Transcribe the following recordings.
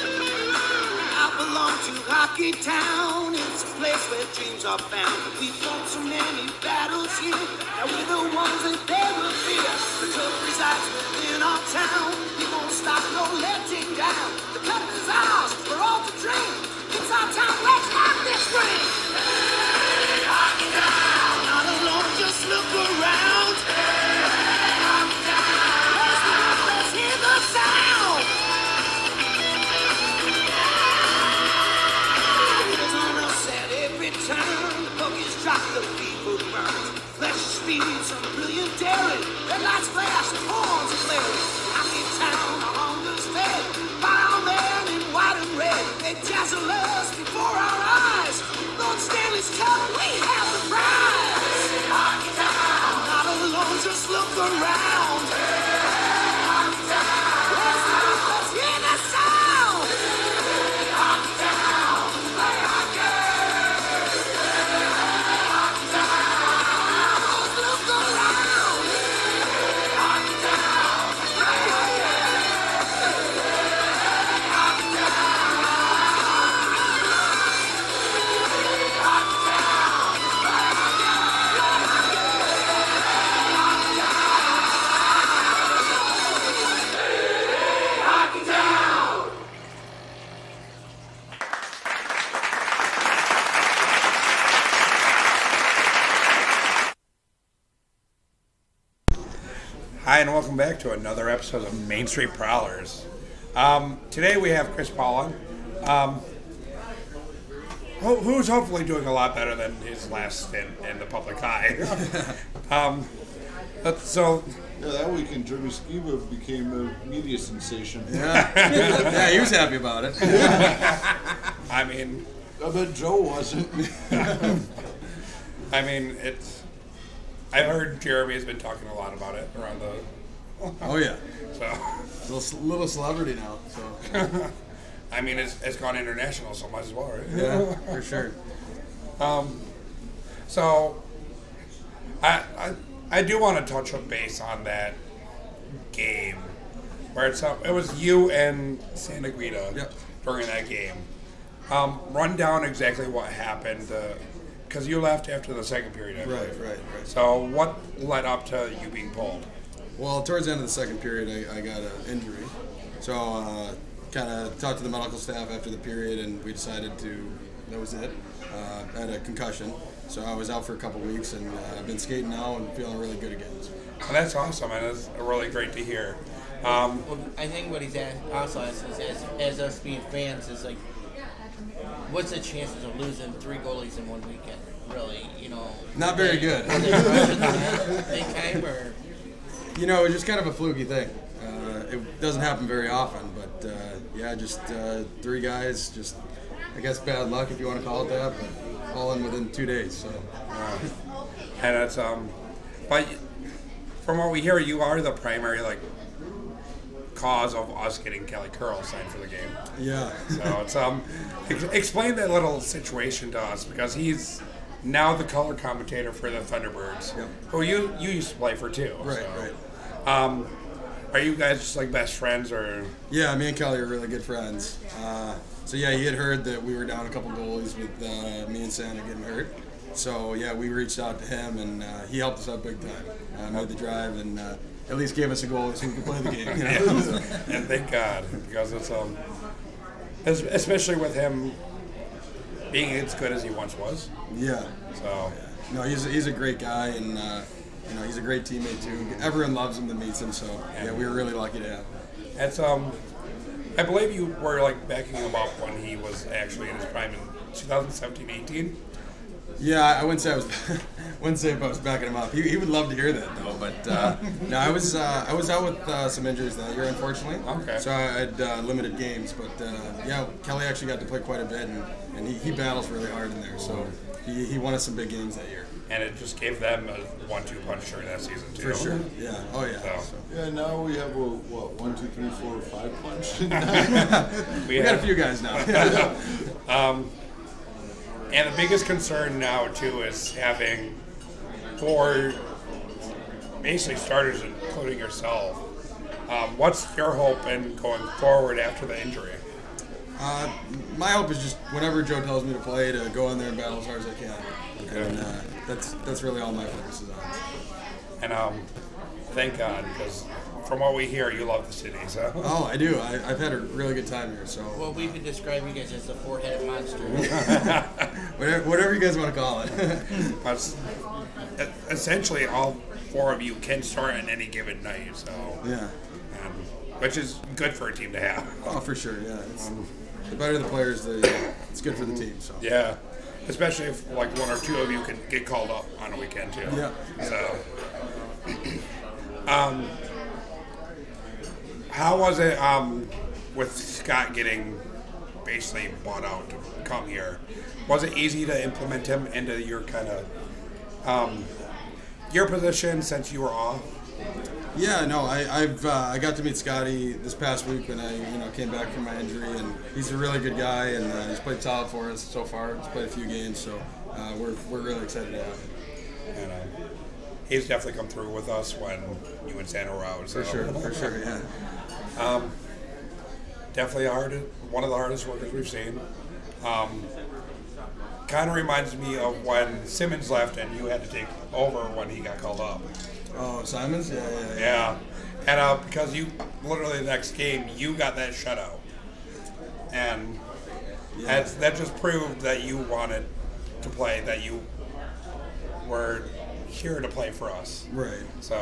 I belong to Hockey Town. It's a place where dreams are found. We fought so many battles here. Now we're the ones that they will fear. The club resides within our town. We won't stop, no letting down. The cup is ours. We're all to drink. It's our town. Let's have this ring. Hey, Hockey Town. Not alone. Just look around. Hey, Hockey Town. Let's move, Let's hear the sound. It's on us at every turn. The book is dropped, the people burn. Flesh speeds on brilliant daring. Red lights flash, the horns are blaring. Hockey town, our hunger's fed. By our men in white and red. They dazzle us before our eyes. Lord Stanley's Cup, we have the prize. Hockey town, not alone, just look around. Hockey town, let's, move, let's hear the sound. Hockey town, play hockey. Look around. Hi, and welcome back to another episode of Main Street Prowlers. Um, today we have Chris Pollan, um, who, who's hopefully doing a lot better than his last stint in the public eye. um, but so, Yeah, that weekend Jeremy Skiba became a media sensation. Yeah. yeah, he was happy about it. I mean, I bet Joe wasn't. I mean, it's. I've heard Jeremy has been talking a lot about it around the. Oh yeah, So, little, little celebrity now. So I mean, it's, it's gone international, so might as well, right? Um, yeah, for sure. So, I, I I do want to touch a base on that game where it's up. It was you and Santa Guida Yep. during that game. Um, run down exactly what happened because you left after the second period. I Right, believe. right, right. So what led up to you being pulled? Well, towards the end of the second period, I, I got an injury. So, uh, kind of talked to the medical staff after the period, and we decided to, that was it. Uh, I had a concussion. So, I was out for a couple weeks, and uh, I've been skating now and feeling really good again. And that's awesome, and it's really great to hear. Um, Well, I think what he's at also as, is as, as us being fans is like, what's the chances of losing three goalies in one weekend? Really, you know? Not very good. Are they better than that? Big time or You know, it's just kind of a fluky thing. Uh, it doesn't happen very often, but uh, yeah, just uh, three guys just I guess bad luck if you want to call it that, but all in within two days. So uh, And it's um, but from what we hear, you are the primary like cause of us getting Kelly Curl signed for the game. yeah, So it's um, ex- explain that little situation to us because he's now the color commentator for the Thunderbirds, Yep. who you you used to play for too. right, so. right. Um, are you guys just like best friends or? Yeah, me and Kelly are really good friends. Uh, so yeah, he had heard that we were down a couple goalies with uh, me and Santa getting hurt. So yeah, we reached out to him and uh, he helped us out big time. Uh, made the drive and uh, at least gave us a goal so we could play the game. You know? and thank God because it's um, es- especially with him being as good as he once was. yeah. So No, he's he's a great guy and uh, you know he's a great teammate too. Everyone loves him that meets him. So yeah, we were really lucky to have. him. that's um, I believe you were like backing him up when he was actually in his prime in 2017-18. Yeah, I wouldn't say I was wouldn't say if I was backing him up. He, he would love to hear that though. But uh, no, I was uh, I was out with uh, some injuries that year, unfortunately. Okay. So I had uh, limited games, but uh, yeah, Kelly actually got to play quite a bit, and, and he, he battles really hard in there. So he, he won us some big games that year. And it just gave them a one-two punch during that season too. For sure. Yeah. Oh yeah. So. So. Yeah, now we have a, what, one, two, three, four, five punch? We got a few guys now. Um, And the biggest concern now too is having four basically starters, including yourself. Um, what's your hope in going forward after the injury? Uh, my hope is just whenever Joe tells me to play, to go in there and battle as hard as I can. And uh, that's that's really all my focus is on. And um, thank God, because from what we hear, you love the city. So Oh, I do. I, I've had a really good time here. So Well, we've been describing you guys as the four-headed monster. whatever, whatever you guys want to call it. but s- e- essentially, all four of you can start on any given night. So yeah. um, which is good for a team to have. Oh, for sure. Yeah. It's, the better the players, the it's good for the team. So. Yeah, especially if like one or two of you can get called up on a weekend too. Yeah. So, um, how was it um with Scott getting basically bought out to come here? Was it easy to implement him into your kind of um your position since you were off? Yeah, no, I, I've uh, I got to meet Scotty this past week when I you know came back from my injury, and he's a really good guy, and uh, he's played solid for us so far. He's played a few games, so uh, we're, we're really excited to have him. And uh, he's definitely come through with us when you and Santa were out. For so. sure, for sure, yeah. Um, definitely the hardest, one of the hardest workers we've seen. Um, kind of reminds me of when Simmons left and you had to take over when he got called up. Oh, Simons? Yeah, yeah, yeah. Yeah, and uh, because you literally the next game you got that shutout, and that's that just proved that you wanted to play, that you were here to play for us. Right. So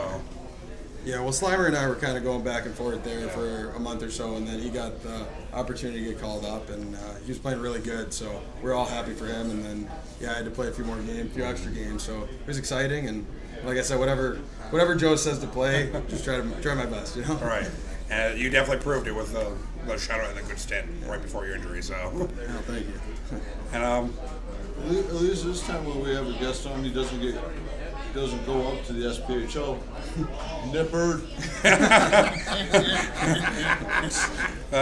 Yeah, well, Slimer and I were kind of going back and forth there for a month or so, and then he got the opportunity to get called up, and uh, he was playing really good, so we're all happy for him. And then, yeah, I had to play a few more games, a few extra games, so it was exciting. And like I said, whatever whatever Joe says to play, just try to try my best, you know. all right, and you definitely proved it with the, the shutout and the good stint right before your injury. So No, thank you. and um. At le- at least this time when we have a guest on, he doesn't get, doesn't go up to the SPHL. Nipper. Uh,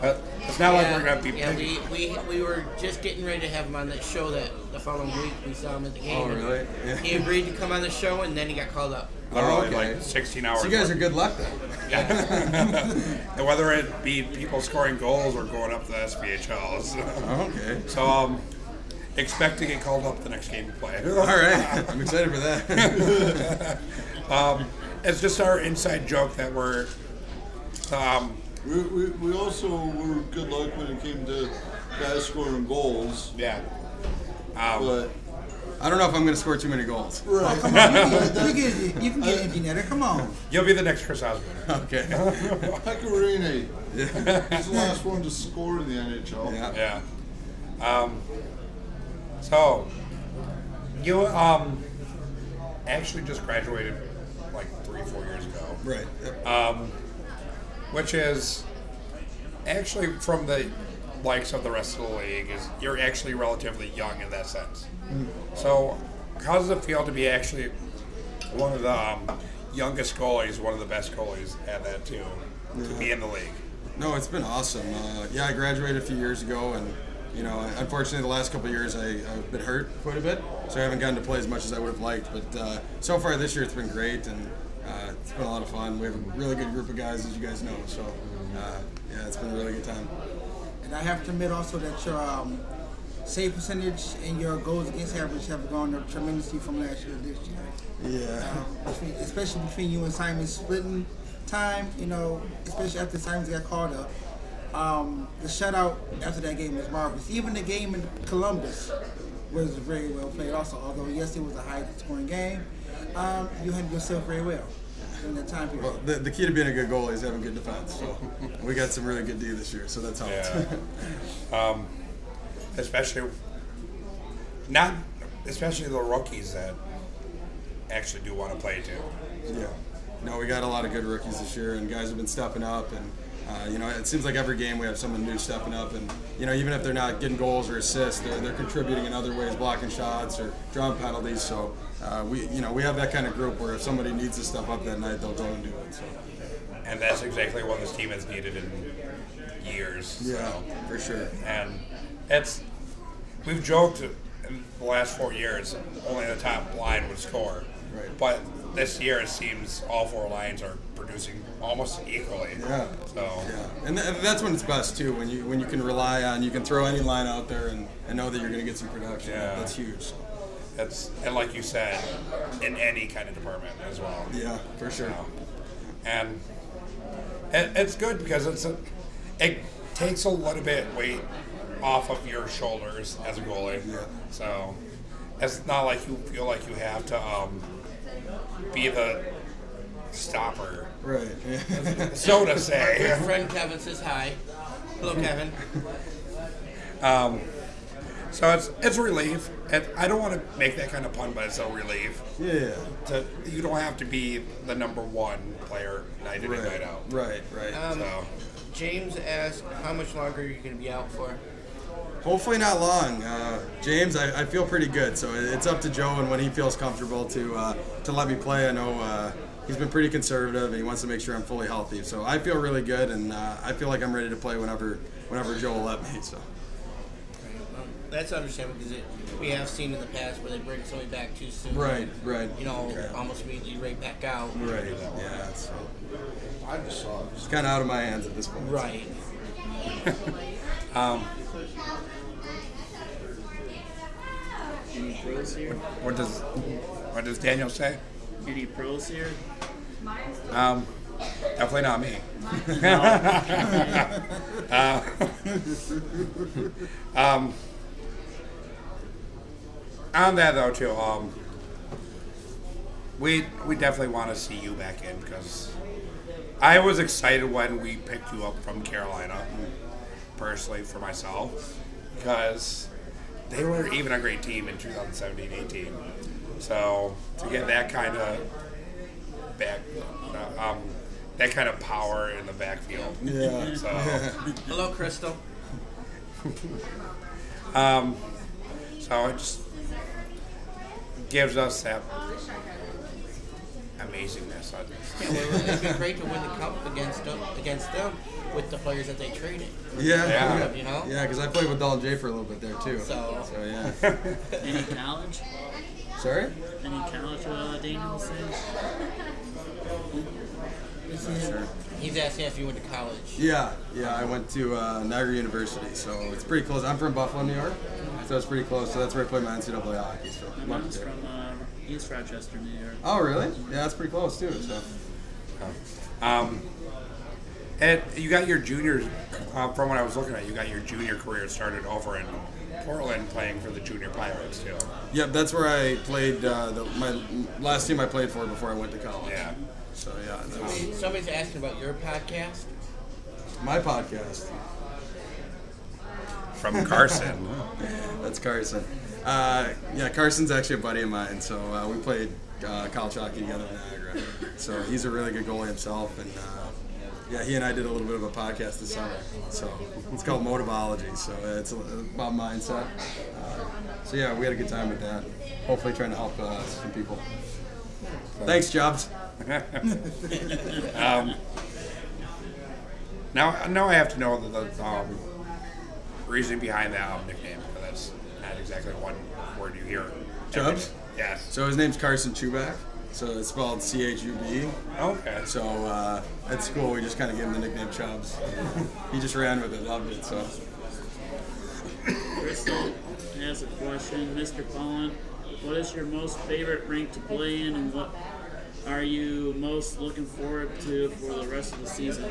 uh, it's not like we're gonna be yeah, picky. we, we, we were just getting ready to have him on that show that the following week we saw him at the game. Oh, really? Yeah. He agreed to come on the show and then he got called up. literally Oh, okay. like 16 hours. So you guys are worth. good luck then. and whether it be people scoring goals or going up the SPHL. So, Okay. so um, expect to get called up the next game you play. All right, I'm excited for that. Um, It's just our inside joke that we're. Um, We, we, we also were good luck when it came to guys scoring goals, yeah. Um, but I don't know if I'm going to score too many goals. right. You can, you can get an empty netter. Come on. You'll be the next Chris Osborne. Okay. Pecorine. He's the last one to score in the NHL. Yeah. Yeah. Um, so, you um, actually just graduated like three, four years ago. Um, Right. which is actually from the likes of the rest of the league is you're actually relatively young in that sense. So, how does it feel to be actually one of the um, youngest goalies, one of the best goalies at that too, to be in the league? No, it's been awesome. Uh, yeah, I graduated a few years ago, and you know, unfortunately, the last couple of years I, I've been hurt quite a bit, so I haven't gotten to play as much as I would have liked. But uh, so far this year, it's been great, and uh, it's been a lot of fun. We have a really good group of guys, as you guys know. So uh, yeah, it's been a really good time. And I have to admit also that your um, save percentage and your goals against average have gone up tremendously from last year to this year. Yeah. Um, between- especially between you and Simon splitting time, you know, especially after Simon got called up. Um, the shutout after that game was marvelous. Even the game in Columbus was very well played also, although yes, it was a high scoring game. Um, you handled yourself very well during that time period. Well, the, the key to being a good goalie is having good defense. So we got some really good D this year, so that's how Yeah. it's. um, especially not especially the rookies that actually do want to play too. Yeah. No, we got a lot of good rookies this year, and guys have been stepping up. And uh, you know, it seems like every game we have someone new stepping up. And you know, even if they're not getting goals or assists, they're, they're contributing in other ways, blocking shots or drawing penalties. So uh, we, you know, we have that kind of group where if somebody needs to step up that night, they'll go and do it. So And that's exactly what this team has needed in years. yeah, So. for sure. And it's we've joked in the last four years only the top line would score. Right. But this year it seems all four lines are producing almost equally. Yeah. So Yeah, and th- that's when it's best too. When you when you can rely on, you can throw any line out there and, and know that you're going to get some production. Yeah. That's huge. So, that's and like you said, in any kind of department as well. Um, yeah, for sure. and it, it's good because it's a, it takes a little bit weight off of your shoulders as a goalie. Yeah. So it's not like you feel like you have to um, be the stopper, Right. Yeah. so to Your say. friend Kevin says hi. Hello, Kevin. Um, So it's it's a relief. It, I don't want to make that kind of pun, but it's a relief. yeah. To, you don't have to be the number one player night in and night Right. out. Right. Right. Um, So James asked, "How much longer are you going to be out for?" Hopefully not long. Uh, James, I, I feel pretty good, so it- it's up to Joe and when he feels comfortable to uh, to let me play. I know uh, he's been pretty conservative and he wants to make sure I'm fully healthy. So I feel really good, and uh, I feel like I'm ready to play whenever whenever Joe will let me. So Um, that's understandable because it, we have seen in the past where they bring somebody back too soon. right, right, You know, Okay. almost immediately right back out. right, yeah. So I just saw it. it's kind of out of my hands at this point. Right. Um, Any pros here? what does what does Daniel say? Any pros here? Um, definitely not me. Uh, um, on that though too, um, we we definitely want to see you back in because I was excited when we picked you up from Carolina, personally for myself, because they were even a great team in 2017-18. So to get that kind of back, uh, um, that kind of power in the backfield. Yeah. So, Hello, Crystal. um, so it just gives us that amazingness. I just- Yeah, well, it'd be great to win the cup against them, against them with the players that they traded. Yeah. Yeah. You know? Yeah, because I played with Dalton Jay for a little bit there too. So- so yeah. Any college? Sorry. Any college uh, Daniel says? He's asking if you went to college. Yeah, yeah, I went to uh, Niagara University, so it's pretty close. I'm from Buffalo, New York, so it's pretty close. So that's where I played my NCAA hockey. So My I'm up mom's there. from uh, East Rochester, New York. Oh, really? Yeah, that's pretty close too. So Um, and you got your junior, uh, from what I was looking at, you got your junior career started over in Portland playing for the junior Pirates too. yeah, that's where I played. Uh, the, my last team I played for before I went to college. Yeah. So yeah, that was Somebody's asking about your podcast. my podcast. From Carson. That's Carson. Uh, yeah, Carson's actually a buddy of mine, so uh, we played uh, college hockey together in Niagara. So he's a really good goalie himself, and uh, Yeah, he and I did a little bit of a podcast this summer. So it's called Motivology. So it's about mindset. Uh, so yeah, we had a good time with that. Hopefully, trying to help uh, some people. Thanks, Jobs. Um, Now, now I have to know the, the um, reason behind the album nickname because that's not exactly one word you hear. Chubbs? Yes. So his name's Carson Chubak. So it's spelled C H U B. Okay. So uh, at school, we just kind of gave him the nickname Chubbs. he just ran with it, loved it. So Crystal has a question. Mr. Pollen, what is your most favorite rink to play in and what are you most looking forward to for the rest of the season?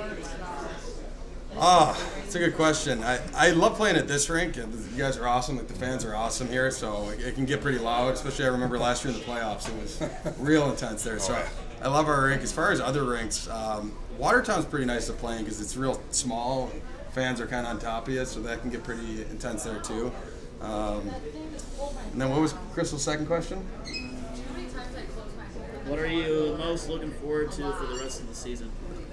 Ah, it's a good question. I, I love playing at this rink. and You guys are awesome. Like the fans are awesome here, so it, it can get pretty loud. Especially I remember last year in the playoffs, it was real intense there. So I, I love our rink. As far as other rinks, um, Watertown's pretty nice to play in because it's real small. And fans are kind of on top of you, so that can get pretty intense there too. Um, and then what was Crystal's second question? What are you most looking forward to for the rest of the season?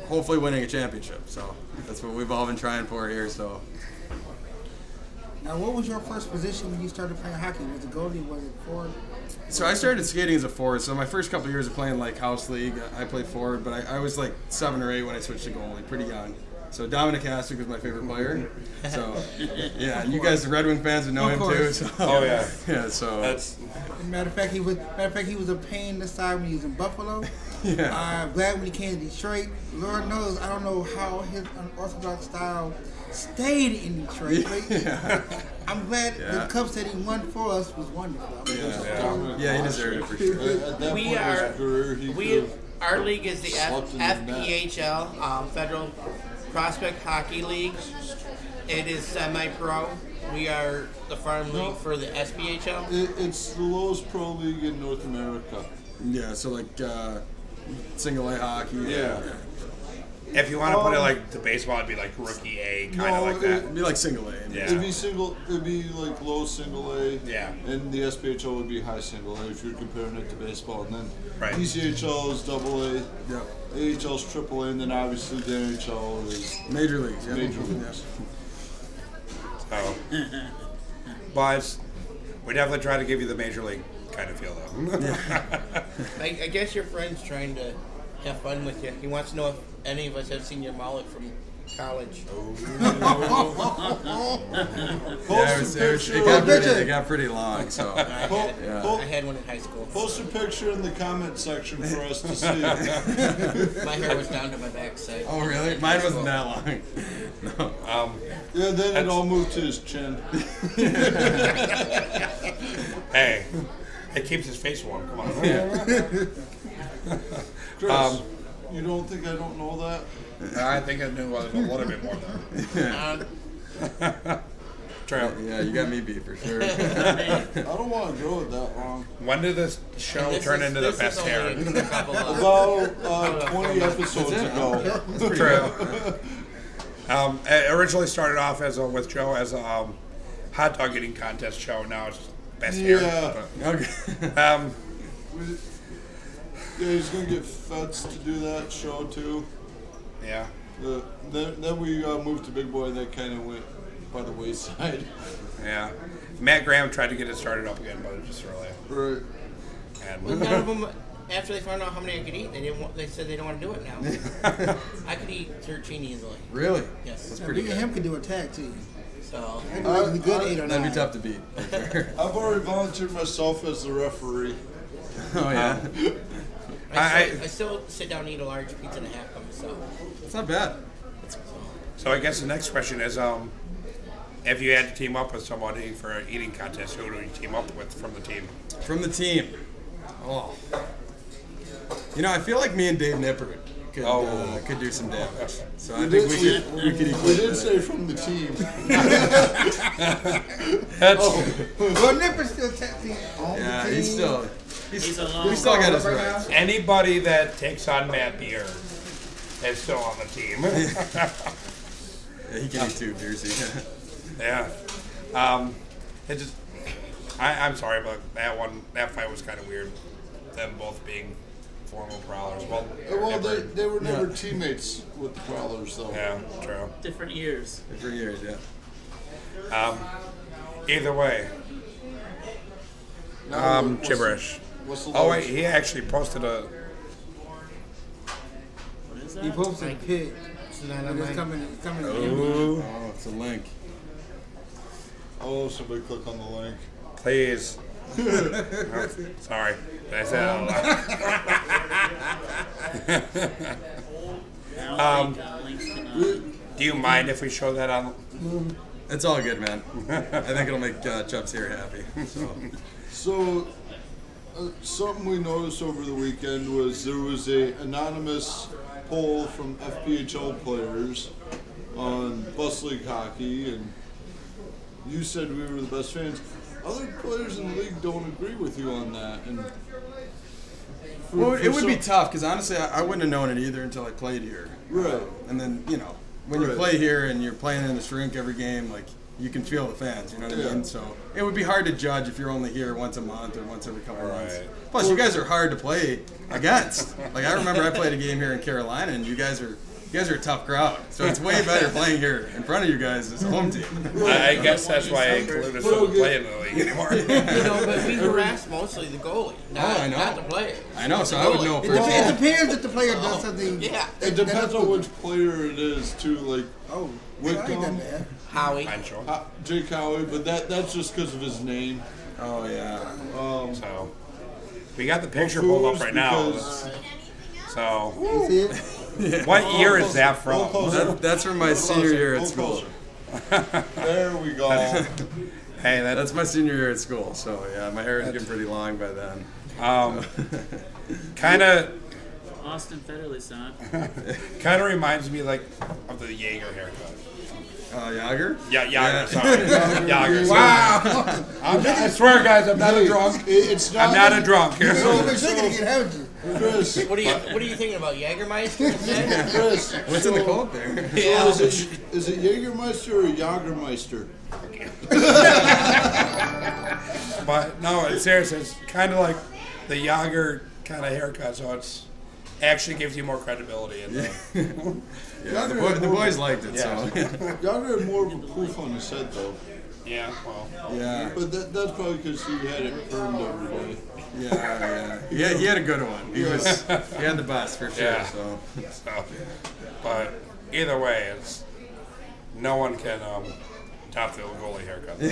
Hopefully winning a championship. So that's what we've all been trying for here. So Now, what was your first position when you started playing hockey? Was it goalie? Was it forward? So I started skating as a forward. So my first couple years of playing like house league, I played forward, but I, I was like seven or eight when I switched to goalie, pretty young. So Dominic Hasek was my favorite player. So yeah, and you guys, the Red Wing fans, would know Of him too. course. So, Oh, yeah. yeah. So That's Matter of fact, he was. Matter of fact, he was a pain in the side when he was in Buffalo. Yeah. I'm glad when he came to Detroit. Lord knows, I don't know how his unorthodox style stayed in Detroit. But yeah, I'm glad Yeah. the cups that he won for us was wonderful. I mean, Yeah. Dominic yeah, he deserved it for At, sure. at that We point in are his career, he we could've- our league is the F- Slept in the net. FPHL um, Federal Prospect Hockey League. It is semi-pro. We are the farm league for the SPHL. It, it's the lowest pro league in North America. Yeah. So like uh, single A hockey. if you want to put it like the baseball, it'd be like rookie A, kind of No, like that. It'd be like single A. I mean, Yeah. It'd be single. It'd be like low single A. Yeah. And the SPHL would be high single A if you're comparing it to baseball. And then Right. PCHL is double A. Yeah. AHL's triple A, and then obviously the NHL is Major leagues. Yeah. major leagues. So, Oh. but we definitely try to give you the major league kind of feel though. I, I guess your friend's trying to have fun with you. He wants to know if any of us have seen your mullet from college. Oh. Yeah, Post it, was, a it, was, picture. it got pretty. It got pretty long. So I had, Po- it- po- I had one in high school. Post a picture in the comment section for us to see. My hair was down to my backside. oh really? Mine wasn't that long. no. Um, yeah, then it all moved to his chin. hey, it keeps his face warm. Come on. Um, Chris, you don't think I don't know that? I think I knew a little bit more though. Uh, Um, True. Yeah, you got me beat for sure. I don't want to go it that long. When did this show this turn is- into the this is best hair? only a couple of- About uh, 20 episodes That's it. ago. True. um, it originally started off as a, with Joe as a um, hot dog eating contest show. Now it's best Yeah. hair. Okay. But, um, We- Yeah, he's gonna get Feds to do that show too. yeah. The, then, then we uh, moved to Big Boy. That kind of went by the wayside. Yeah. Matt Graham tried to get it started up again, but it just really. Right. And, None of them, after they found out how many I could eat, they didn't. Want, they said they don't want to do it now. I could eat 13 easily. Really? Yes. That's yeah, pretty me good. and him could do a tag team. So I don't know if we good Uh, eight or That'd be nine. tough to beat. I've already volunteered myself as the referee. oh yeah. I, I- still, I still sit down and eat a large pizza and a half by myself. It's not bad. so I guess the next question is um, if you had to team up with somebody for an eating contest, who do you team up with from the team? From the team. Oh. You know, I feel like me and Dave Nipper could Oh. uh, could do some damage. So I We think did, we we, should we could we equate did that. say from the team. That's, Oh. Oh. Well, Nipper's still tag team. on the Yeah, team. he's still he's, He's we alone. still got his Right rights. Anybody that takes on Matt Beer is still on the team. Yeah, he can eat two beers. he- Yeah. Um, it just, I, I'm sorry, but that one, that fight was kind of weird. Them both being former Prowlers. Well, Well, they, different- they were never teammates with the Prowlers, though. yeah, true. Different years. for years. Yeah. Um, Either way, Now, um, what's the- gibberish. What's the Oh lowest? wait, he actually posted a. What is He that? hopes and pig. It's not But on it's my. coming, it's coming. Ooh, Oh, it's a link. Oh, somebody click on the link. please. Oh, sorry, Did I said out loud. Um, I don't Um, think, uh, links can, uh, Do you mind if we show that on? It's all good, man. I think it'll make uh, Chubbs here happy. So. So, uh, something we noticed over the weekend was there was a anonymous poll from FPHL players on bus league hockey, and you said we were the best fans. Other players in the league don't agree with you on that, and for- Well, it for would be some- tough because honestly, I, I wouldn't have known it either until I played here. Um, Right. And then you know, when you Right. play here and you're playing in the rink every game, like you can feel the fans. You know what Yeah. I mean? So it would be hard to judge if you're only here once a month or once every couple months. Right. Plus, you guys are hard to play against. like I remember I played a game here in Carolina, and you guys are. You guys are a tough crowd, so it's way better playing here in front of you guys as a home team. I, I guess that's why I included some play in the league anymore. You know, but we harass mostly the goalie, not, Oh, I know. not the players. I know, so I would know It It, for dep- it sure. depends if the player does something. Yeah, It that- depends on which player it is, too. Like Oh, Wick yeah, I ain't gone. that bad. Howie. I'm sure. uh, Jake Howard, but that that's just because of his name. Um, Oh yeah. So we got the picture pulled up right now. Because- So You see it? what year is that Roll call. from? That, that's from my senior year at school. There we go. Hey, that That's my senior year at school, so yeah, my hair is getting pretty long by then. Um, kind of Austin Federley's son. kind of reminds me like of the Jaeger haircut. Uh, Yager? Yeah, Yager. Sorry, Yager. Sorry. Wow. I'm not- I swear, guys, I'm not a drunk. It- It's not. I'm not a drunk. You've been drinking again, haven't you? Chris, What are you What are you thinking about, Jägermeister? Chris. What's in the cold there? So is, it, is it Jägermeister or Jagermeister? But no, it's seriously, it's kind of like the Yager kind of haircut. So it's actually gives you more credibility. In the, Yeah, the, boy, the boys liked it, so. Jager had more of a poof on his head though, yeah. Well, yeah, but that, that's probably because he had it burned every day. yeah, yeah. Yeah, he had a good one. He was, he had the best for sure, Yeah. so. so, but either way, it's no one can um, top the old goalie haircut.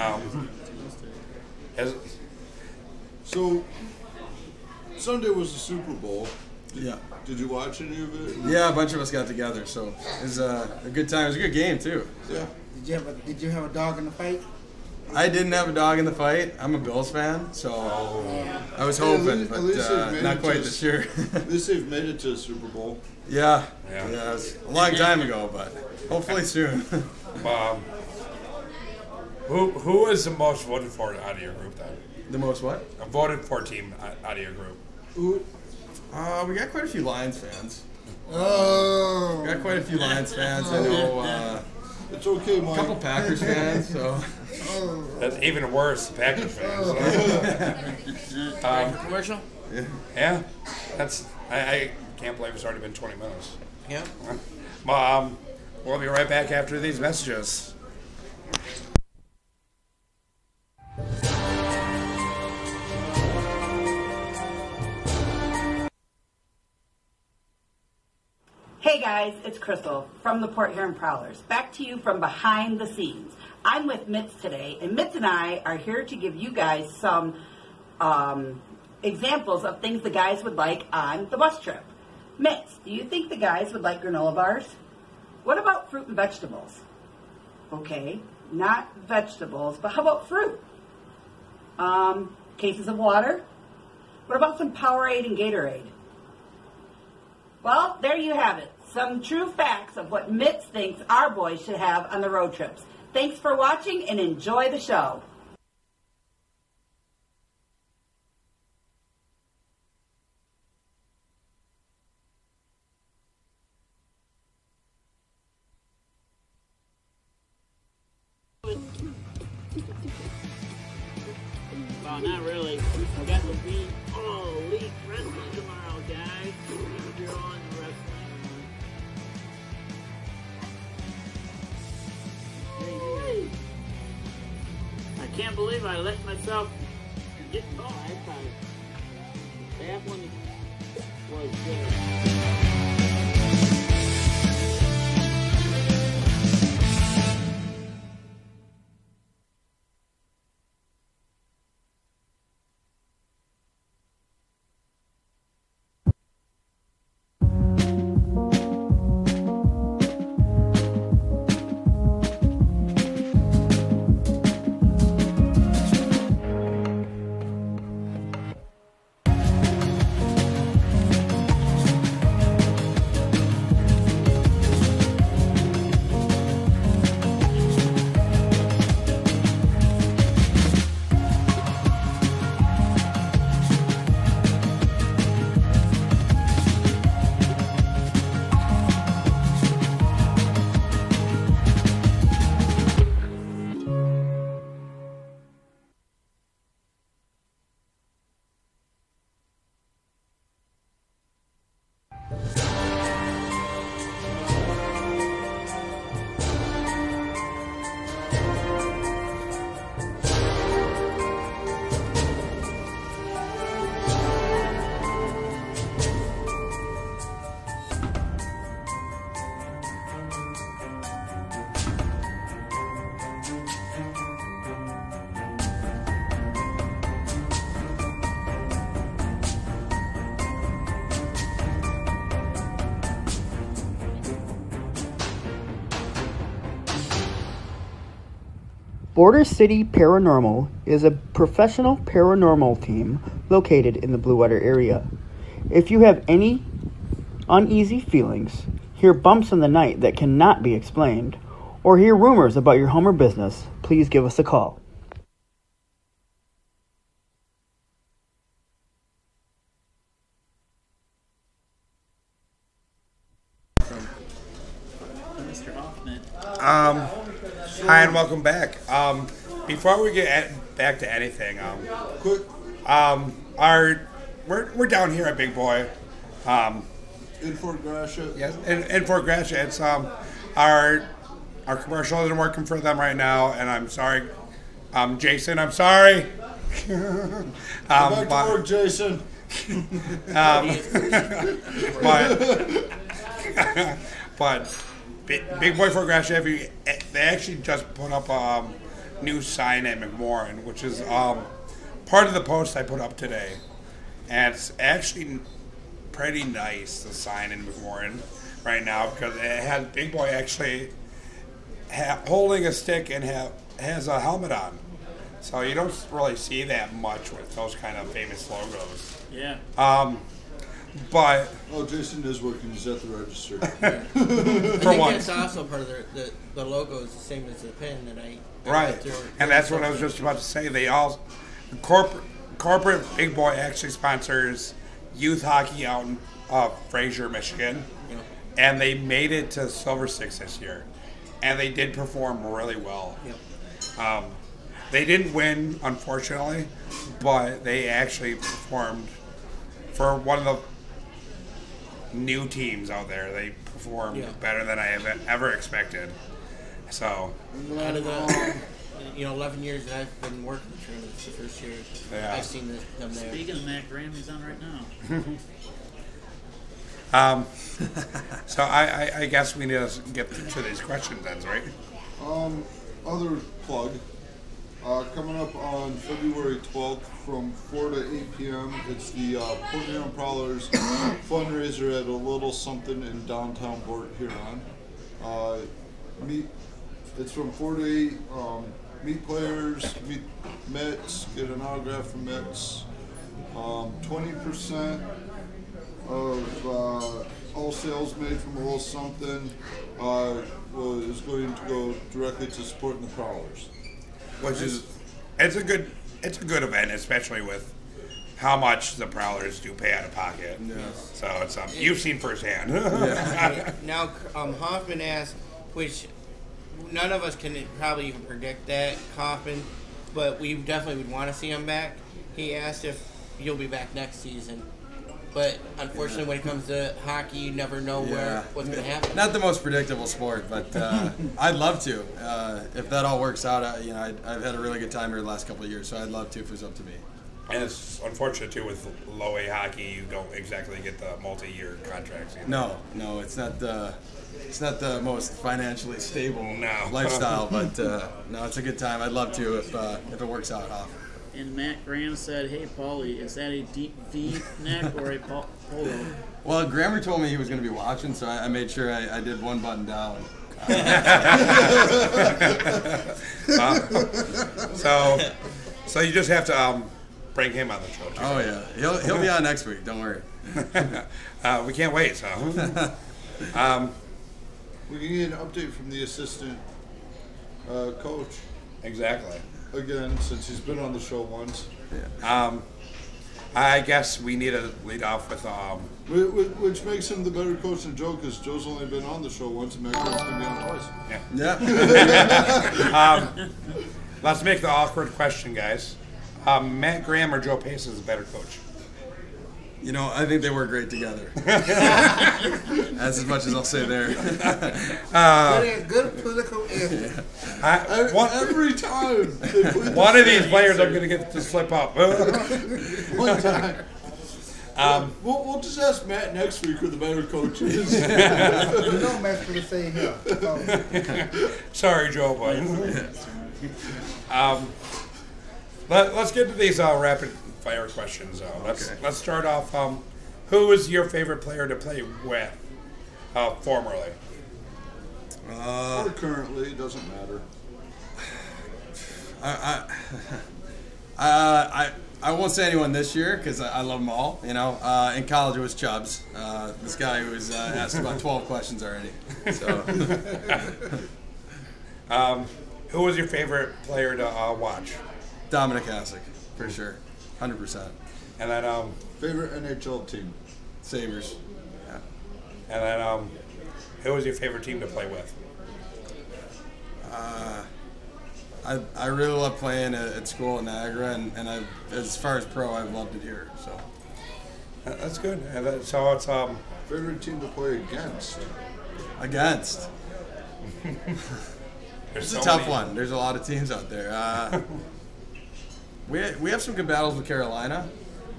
um, as, So Sunday was the Super Bowl. Yeah. Did you watch any of it? Yeah, a bunch of us got together, so it was uh, a good time. It was a good game, too. Yeah. Did you have a Did you have a dog in the fight? I didn't have a dog in the fight. I'm a Bills fan, so I was at hoping, least- at least but they've uh, made not it quite to- this year. At least they've made it to the Super Bowl. Yeah. Yeah. Yeah. it was a long time ago, but hopefully soon. um, who who was the most voted for out of your group then? the most what? I voted for team out- out of your group. Who? Uh, we got quite a few Lions fans. Oh. We got quite a few Lions fans. I know uh, Oh, It's okay, a Mike. couple Packers fans. So That's even worse, the Packers fans. So, um, Commercial? yeah, that's. I, I can't believe it's already been 20 minutes. Yeah. Mom, we'll be right back after these messages. Hey guys, it's Crystal from the Port Huron Prowlers. Back to you from behind the scenes. I'm with Mitz today, and Mitz and I are here to give you guys some um, examples of things the guys would like on the bus trip. Mitz, do you think the guys would like granola bars? What about fruit and vegetables? Okay, not vegetables, but how about fruit? Um, cases of water? What about some Powerade and Gatorade? Well, there you have it. Some true facts of what Mitz thinks our boys should have on the road trips. Thanks for watching and enjoy the show. Bob No, not really. That would be all elite wrestling tomorrow, guys. If you're on the wrestling. I can't believe I let myself get caught. I thought that one was good. Border City Paranormal is a professional paranormal team located in the Blue Water area. If you have any uneasy feelings, hear bumps in the night that cannot be explained, or hear rumors about your home or business, please give us a call. Mr. Hoffman. Oh. Um, Hi and welcome back. Um, before we get at, back to anything, um, Quick, um, our we're, we're down here at Big Boy, um, in Fort Gratiot. yes, in, in Fort Gratiot. It's um, our our commercial isn't working for them right now, and I'm sorry, um, Jason. I'm sorry. um, but- um, Back to work, Jason. Um, but but Big, Big Boy for Grash Avenue, eh, they actually just put up a um, new sign at McMorrin, which is um, part of the post I put up today. And it's actually pretty nice, the sign in McMorrin right now, because it has Big Boy actually ha- holding a stick and ha- has a helmet on. So you don't really see that much with those kind of famous logos. Um, Yeah. But Oh, Jason is working. He's at the register. I for think once. that's also part of the, the the logo is the same as the pin that I. that I Right, threw- and that's what I was just about to say. They all corporate corporate big boy actually sponsors youth hockey out in uh, Fraser, Michigan, Yeah. and they made it to Silver Six this year, and they did perform really well. Yep. Um, they didn't win, unfortunately, but they actually performed for one of the new teams out there. They performed Yeah. better than I have ever expected. So Out of the, you know, 11 years that I've been working with Trim, it's the first year Yeah. I've seen this, them there. Speaking of that, Grammy's on right now. Um, so I, I, I guess we need to get to these questions then, right? Um, other plug. Uh, coming up on February 12th from 4 to 8 p.m., it's the uh, Port Huron Prowlers fundraiser at a little something in downtown Port Huron. Uh, meet, it's from 4 to 8. Um, meet players, meet Mets, get an autograph from Mets. Um, 20% of uh, all sales made from a little something uh, well, is going to go directly to supporting the prowlers. Which is it's a good it's a good event, especially with how much the prowlers do pay out of pocket. So it's um, you've seen firsthand. Now, um, Hoffman asked, which none of us can probably even predict that. Hoffman, but we definitely would want to see him back. He asked if you'll be back next season, but unfortunately, when it comes to hockey, you never know where what's going to happen. Not the most predictable sport, but uh, I'd love to. Uh, if that all works out, I, you know, I'd, I've had a really good time here the last couple of years, so I'd love to if it was up to me. And it's unfortunate too with low A hockey, you don't exactly get the multi-year contracts. either. No, no, it's not the, it's not the most financially stable No. lifestyle, but uh, no, it's a good time. I'd love to if uh, if it works out. Hoff. And Matt Graham said, "Hey, Paulie, is that a deep V neck or a pol- polo?" Well, Grammer told me he was going to be watching, so I, I made sure I, I did one button down. So, so you just have to um, bring him on the show. Too. Oh yeah, he'll he'll be on next week. Don't worry. Uh, we can't wait. So, Um, um, We can get an update from the assistant uh, coach exactly. again since he's been on the show once. um, I guess we need to lead off with um, Wh- wh- Which makes him the better coach than Joe because Joe's only been on the show once and Matt Graham's been on twice. Yeah. Um, Let's make the awkward question, guys. Um, Matt Graham or Joe Pace is a better coach. You know, I think they were great together. That's as much as I'll say there. good, good political answer. Uh, I, Ev- one, Every Um, time they play the one of these same players, I'm answer. going to get to slip up. One time. Um, we'll, we'll just ask Matt next week who the better coach is. You know, Matt's gonna say him. So, Sorry, Joe, but um, let, let's get to these uh, rapid fire questions. Uh, let's let's start off. Um, who is your favorite player to play with? Uh, formerly, or Uh, currently, it doesn't matter. Uh, I I won't say anyone this year because I, I love them all. You know, uh, in college it was Chubbs, uh, this guy who was uh, asked about twelve questions already. So Um, who was your favorite player to uh, watch? Dominic Hasek for sure, hundred percent. And then um, Favorite NHL team? Sabers. Yeah. and then um, who was your favorite team to play with? Uh, I, I really love playing at, at school at Niagara, and, and I as far as pro, I've loved it here. So Uh, That's good. And that, so it's um, Favorite team to play against? against. there's It's a so tough many- one. There's a lot of teams out there. Uh, we we have some good battles with Carolina,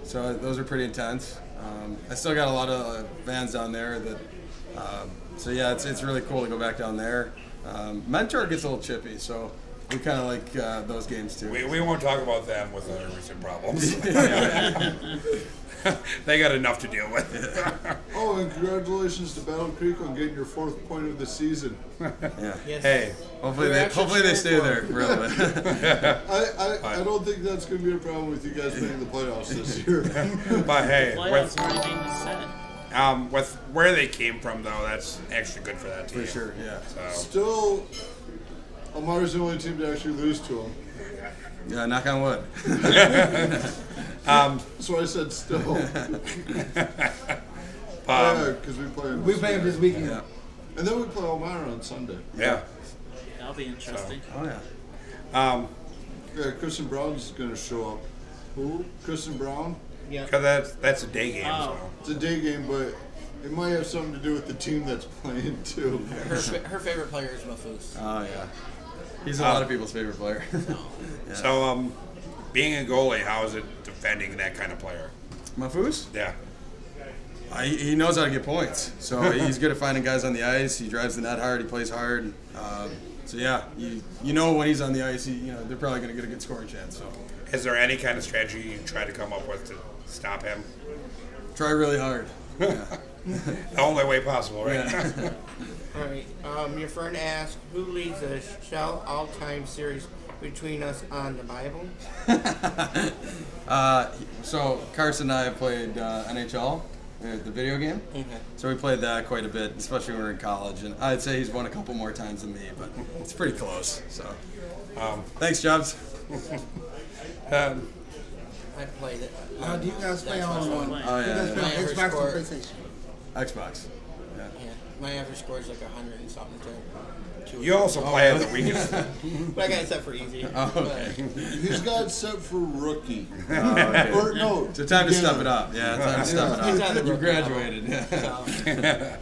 so those are pretty intense. Um, I still got a lot of uh, fans down there that. Um, so yeah, it's it's really cool to go back down there. Um, Mentor gets a little chippy, so we kind of like uh, those games too. We, we won't talk about them with their recent problems. they got enough to deal with. Oh, and congratulations to Battle Creek on getting your fourth point of the season. Yeah. Yes. Hey, Hopefully We're they actually hopefully they stay cheering there for a little bit. I, I, I don't think that's going to be a problem with you guys making the playoffs this year. but hey, Playoffs with, are anything to set. um, with where they came from though, that's actually good for that team. for sure. Yeah. So Still, Amari's the only team to actually lose to him. Yeah. Knock on wood. Uh, That's why I said still. yeah, Um, because we play him. we this play him week. this weekend. Yeah. And then we play Elmira on Sunday. yeah. That'll be interesting. Oh yeah. Um, Yeah, Kristen Brown's going to show up. Who? Kristen Brown? Yeah. Because that's that's a day game. Oh. It's a day game, but it might have something to do with the team that's playing, too. Her, fa- her favorite player is Mafus. Oh yeah. He's a lot of people's favorite player. So Uh, so um, being a goalie, how is it defending that kind of player? Mafus. Yeah. Uh, he he knows how to get points, so he's good at finding guys on the ice. He drives the net hard. He plays hard. Um, so yeah, you you know when he's on the ice, he, you know they're probably going to get a good scoring chance. So Is there any kind of strategy you try to come up with to stop him? try really hard. Yeah. The only way possible, right? Yeah. All right. Um, your friend asked who leads the Shell all-time series between us on the Bible. Uh, so Carson and I have played uh, NHL, uh, the video game. So we played that quite a bit, especially when we were in college. And I'd say he's won a couple more times than me, but it's pretty close. So thanks, Jobs. Um, I played it. Now, Uh, do you guys play That's on my one? plan. Oh You guys yeah, play yeah. on Players Xbox score. or PlayStation? Xbox. Yeah. My average score is like hundred and something too. to Oh, You also play on the weekends. But I got it set for easy. Oh, okay. He's got set for rookie. Uh, okay. Or no. So time to beginner. step it up. Yeah, time to step But it's it not the up. You broken graduated. level, Yeah.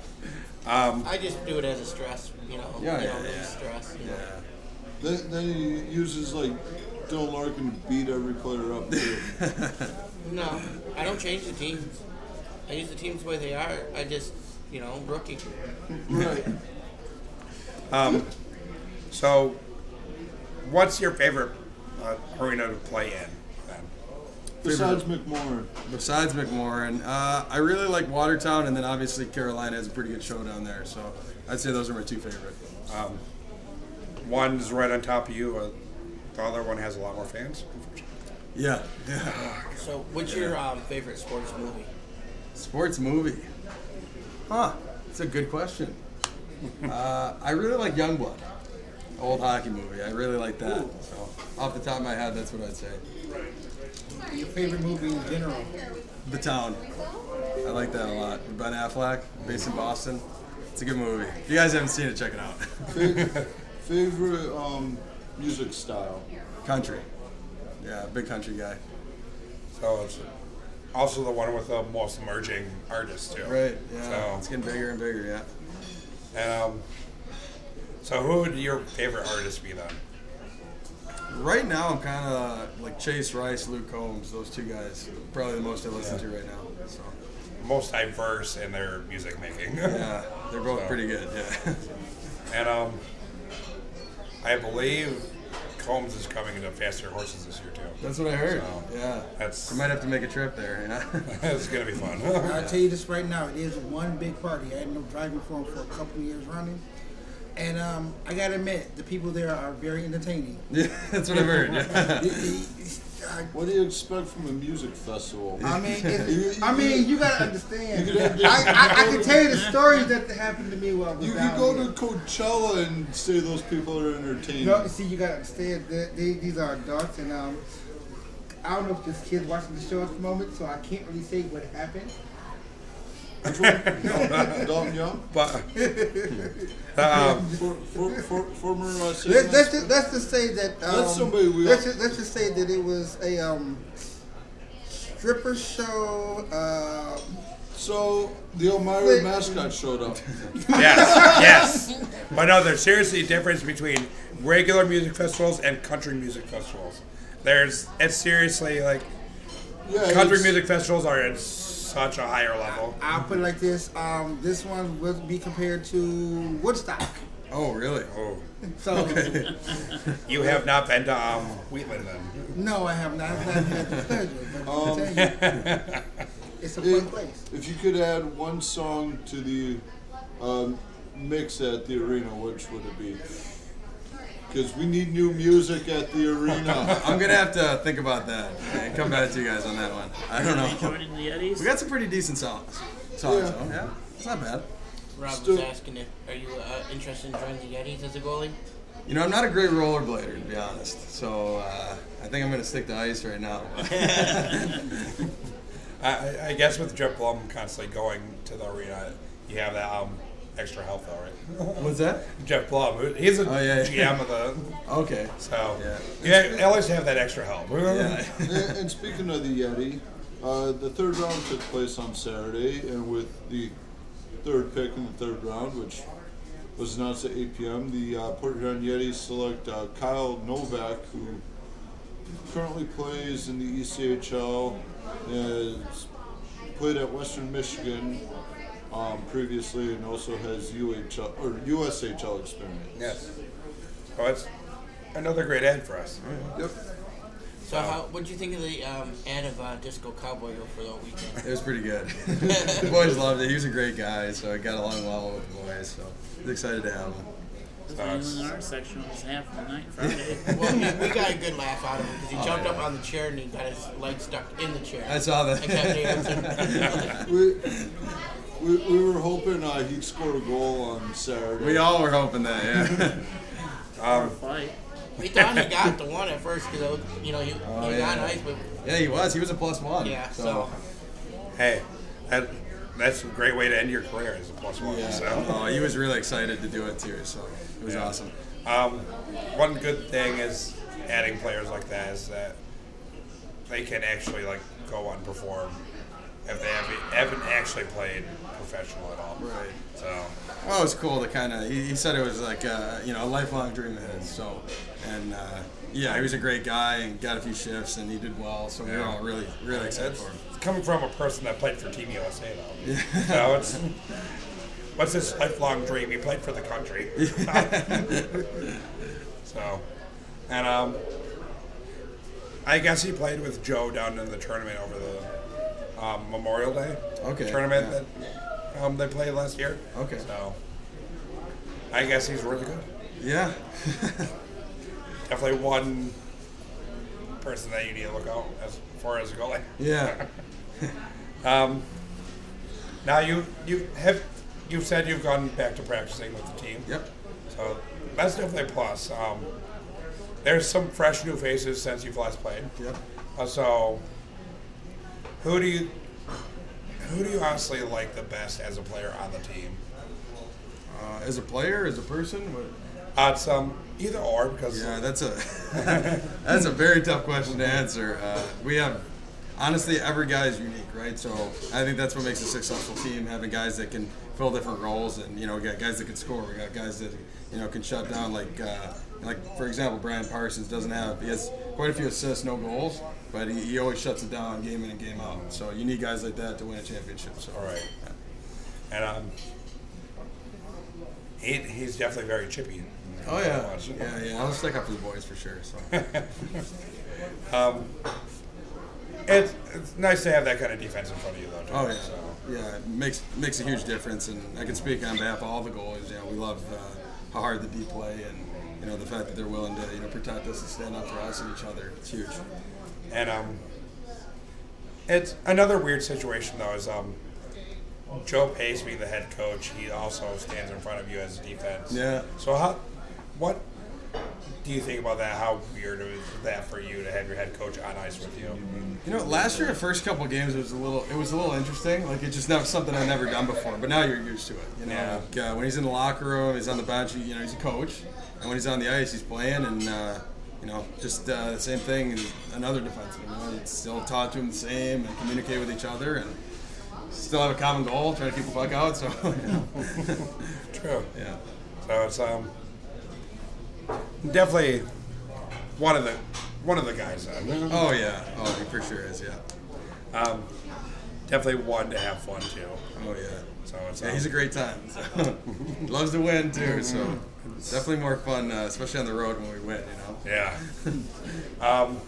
so I just do it as a stress, you know. Um, Yeah, you yeah, know, yeah. release stress. You know. Then, then he uses like Bill Larkin to beat every player up. Too. No, I don't change the teams. I use the teams the way they are. I just, you know, rookie. right. Um, So, what's your favorite uh, arena to play in? Then? Besides McMorrin. Besides McMorrin, uh, I really like Watertown, and then obviously Carolina has a pretty good show down there. So I'd say those are my two favorite. Um, One's right on top of you. Uh, the other one has a lot more fans. unfortunately. Yeah. Yeah. So, what's your um, favorite sports movie? Sports movie. Huh. It's a good question. uh, I really like Youngblood. Old hockey movie. I really like that. So off the top of my head, that's what I'd say. Your favorite movie in general? The Town. I like that a lot. Ben Affleck, based in Boston. It's a good movie. If you guys haven't seen it, check it out. Fa- favorite um, music style. country. Yeah, big country guy. So it's also the one with the most emerging artists too. Right. Yeah. So- It's getting bigger and bigger. Yeah. Um, so who would your favorite artist be then? Right now, I'm kind of like Chase Rice, Luke Combs. Those two guys, probably the most I listen to right now. So. Most diverse in their music making. Yeah, they're both pretty good. Yeah. And um, I believe Combs is coming into Faster Horses this year too. That's what I heard. So, yeah. that's- I might have to make a trip there. Yeah. It's gonna be fun. I'll tell you this right now, it is one big party. I had no driving for him for a couple years running. And um, I gotta admit, the people there are very entertaining. yeah that's what I've heard. Yeah. It- it- I- What do you expect from a music festival? I mean, it's, I mean, you gotta understand. You could have- I, I, I can tell you the stories that happened to me while I was You down could go here. to Coachella and say those people are entertaining. No, see, you gotta understand that they, these are adults, and um, I don't know if this kid's watching the show at the moment, so I can't really say what happened. Which one? No, Dalton Young? but um, For, for, for, former uh, Let, Saints? let's just, let's just say that. Um, That's somebody we- Let's just, let's just say that it was a um, stripper show. Uh, So the Elmira Wait. mascot showed up. yes, yes. But no, there's seriously a difference between regular music festivals and country music festivals. There's it's seriously like Yeah, country it's- music festivals are at such a higher level. I'll put it like this: um, this one would be compared to Woodstock. oh, really? Oh, So you have not been to um, Wheatland then? Oh. no, I have not, I've not had the pleasure, but Um, I tell you, it's a fun place. If you could add one song to the um, mix at the arena, which would it be? Because we need new music at the arena. I'm gonna have to think about that and come back to you guys on that one. I don't know. Joining the Yetis. We got some pretty decent songs. Songs, Yeah. though. Yeah. It's not bad. Rob was Still- asking if are you uh, interested in joining the Yetis as a goalie? You know, I'm not a great rollerblader, to be honest. So uh, I think I'm gonna stick to ice right now. I, I- I guess with Jeff Blum constantly going to the arena, you have that um, extra help though, right? What's that? Jeff Blum, who- he's a Oh, yeah, yeah. GM of the Okay. so Yeah. yeah, you always have that extra help. Yeah. and, and speaking of the Yeti, uh, the third round took place on Saturday, and with the third pick in the third round, which was announced at 8 p.m., the uh, Port Huron Yeti select uh, Kyle Novak, who currently plays in the E ECHL, has played at Western Michigan um, previously, and also has UHL or USHL experience. Yes. Well, it's another great ad for Oh, us. So, how what'd you think of the um, ad of uh, Disco Cowboy for the weekend? It was pretty good. the boys loved it. He was a great guy, so I got along well with the boys. So I was excited to have him. Anyone in our section was half the night Friday. well, we, we got a good laugh out of him because he jumped up on the chair and he got his leg stuck in the chair. I saw that. I kept dancing. We, we, we were hoping uh, he'd score a goal on Saturday. We all were hoping that, yeah. Uh, Or a fight. Um, we thought he got the one at first because you know he, he was Oh, yeah. on ice, but yeah, he was. He was a plus one. yeah, so Hey, that, that's a great way to end your career as a plus one. Yeah. So, Oh, he was really excited to do it too, so it was Yeah. awesome. um, one good thing is adding players like that is that they can actually like go and perform if they haven't, haven't actually played professional at all. Right. So, Well, it was cool to kind of. He, he said it was like uh, you know a lifelong dream of his. So, and uh, yeah, he was a great guy and got a few shifts and he did well. So we were all really really excited that's for him. coming from a person that played for Team USA though. So it's what's his lifelong dream? He played for the country. so, and um, I guess he played with Joe down in the tournament over the um, Memorial Day Okay, tournament yeah. that um, they played last year. Okay. So, I guess he's really good. Yeah. Definitely one person that you need to look out as far as a goalie. Yeah. Um, now you you have you said you've gone back to practicing with the team. Yep. So that's definitely a plus. Um, there's some fresh new faces since you've last played. Yep. Uh, so who do you who do you honestly like the best as a player on the team? Uh, as a player, as a person, what, Uh, it's um, either or because Yeah, that's a that's a very tough question to answer. Uh, we have honestly every guy is unique, right? So I think that's what makes a successful team having guys that can fill different roles, and you know, we got guys that can score. We got guys that you know can shut down. Like uh, like for example, Brian Parsons doesn't have he has quite a few assists, no goals, but he, he always shuts it down game in and game out. So you need guys like that to win a championship. So all right, and um, he, he's definitely very chippy. Oh yeah, yeah, yeah. I'll stick up for the boys for sure. So Um, It's, it's nice to have that kind of defense in front of you, though. Too, Oh yeah, So. yeah. It makes makes a huge difference, and I can speak on behalf of all the goalies. You know, we love uh, how hard the D play, and you know the fact that they're willing to you know protect us and stand up for us and each other. It's huge. And um, it's another weird situation though is um, Joe Pace being the head coach, he also stands in front of you as defense. Yeah. So how, what do you think about that? How weird is that for you to have your head coach on ice with you? You know, last year, the first couple of games, it was a little, it was a little interesting. Like it's just never something I've never done before. But now you're used to it. You know, Yeah. like, uh, when he's in the locker room, he's on the bench. You know, he's a coach, and when he's on the ice, he's playing. And uh, you know, just uh, the same thing. And another defenseman. You know, it's still talk to him the same and communicate with each other, and still have a common goal, trying to keep the puck out. So, you know. True. yeah, So it's um, definitely one of the one of the guys. Uh, Oh yeah. Oh, he for sure is. Yeah. um, definitely one to have fun too. Oh yeah. So it's Yeah, um, Mm-hmm. he's a great time. so. Loves to win too, so it's definitely more fun, uh, especially on the road when we win. You know. Yeah. um,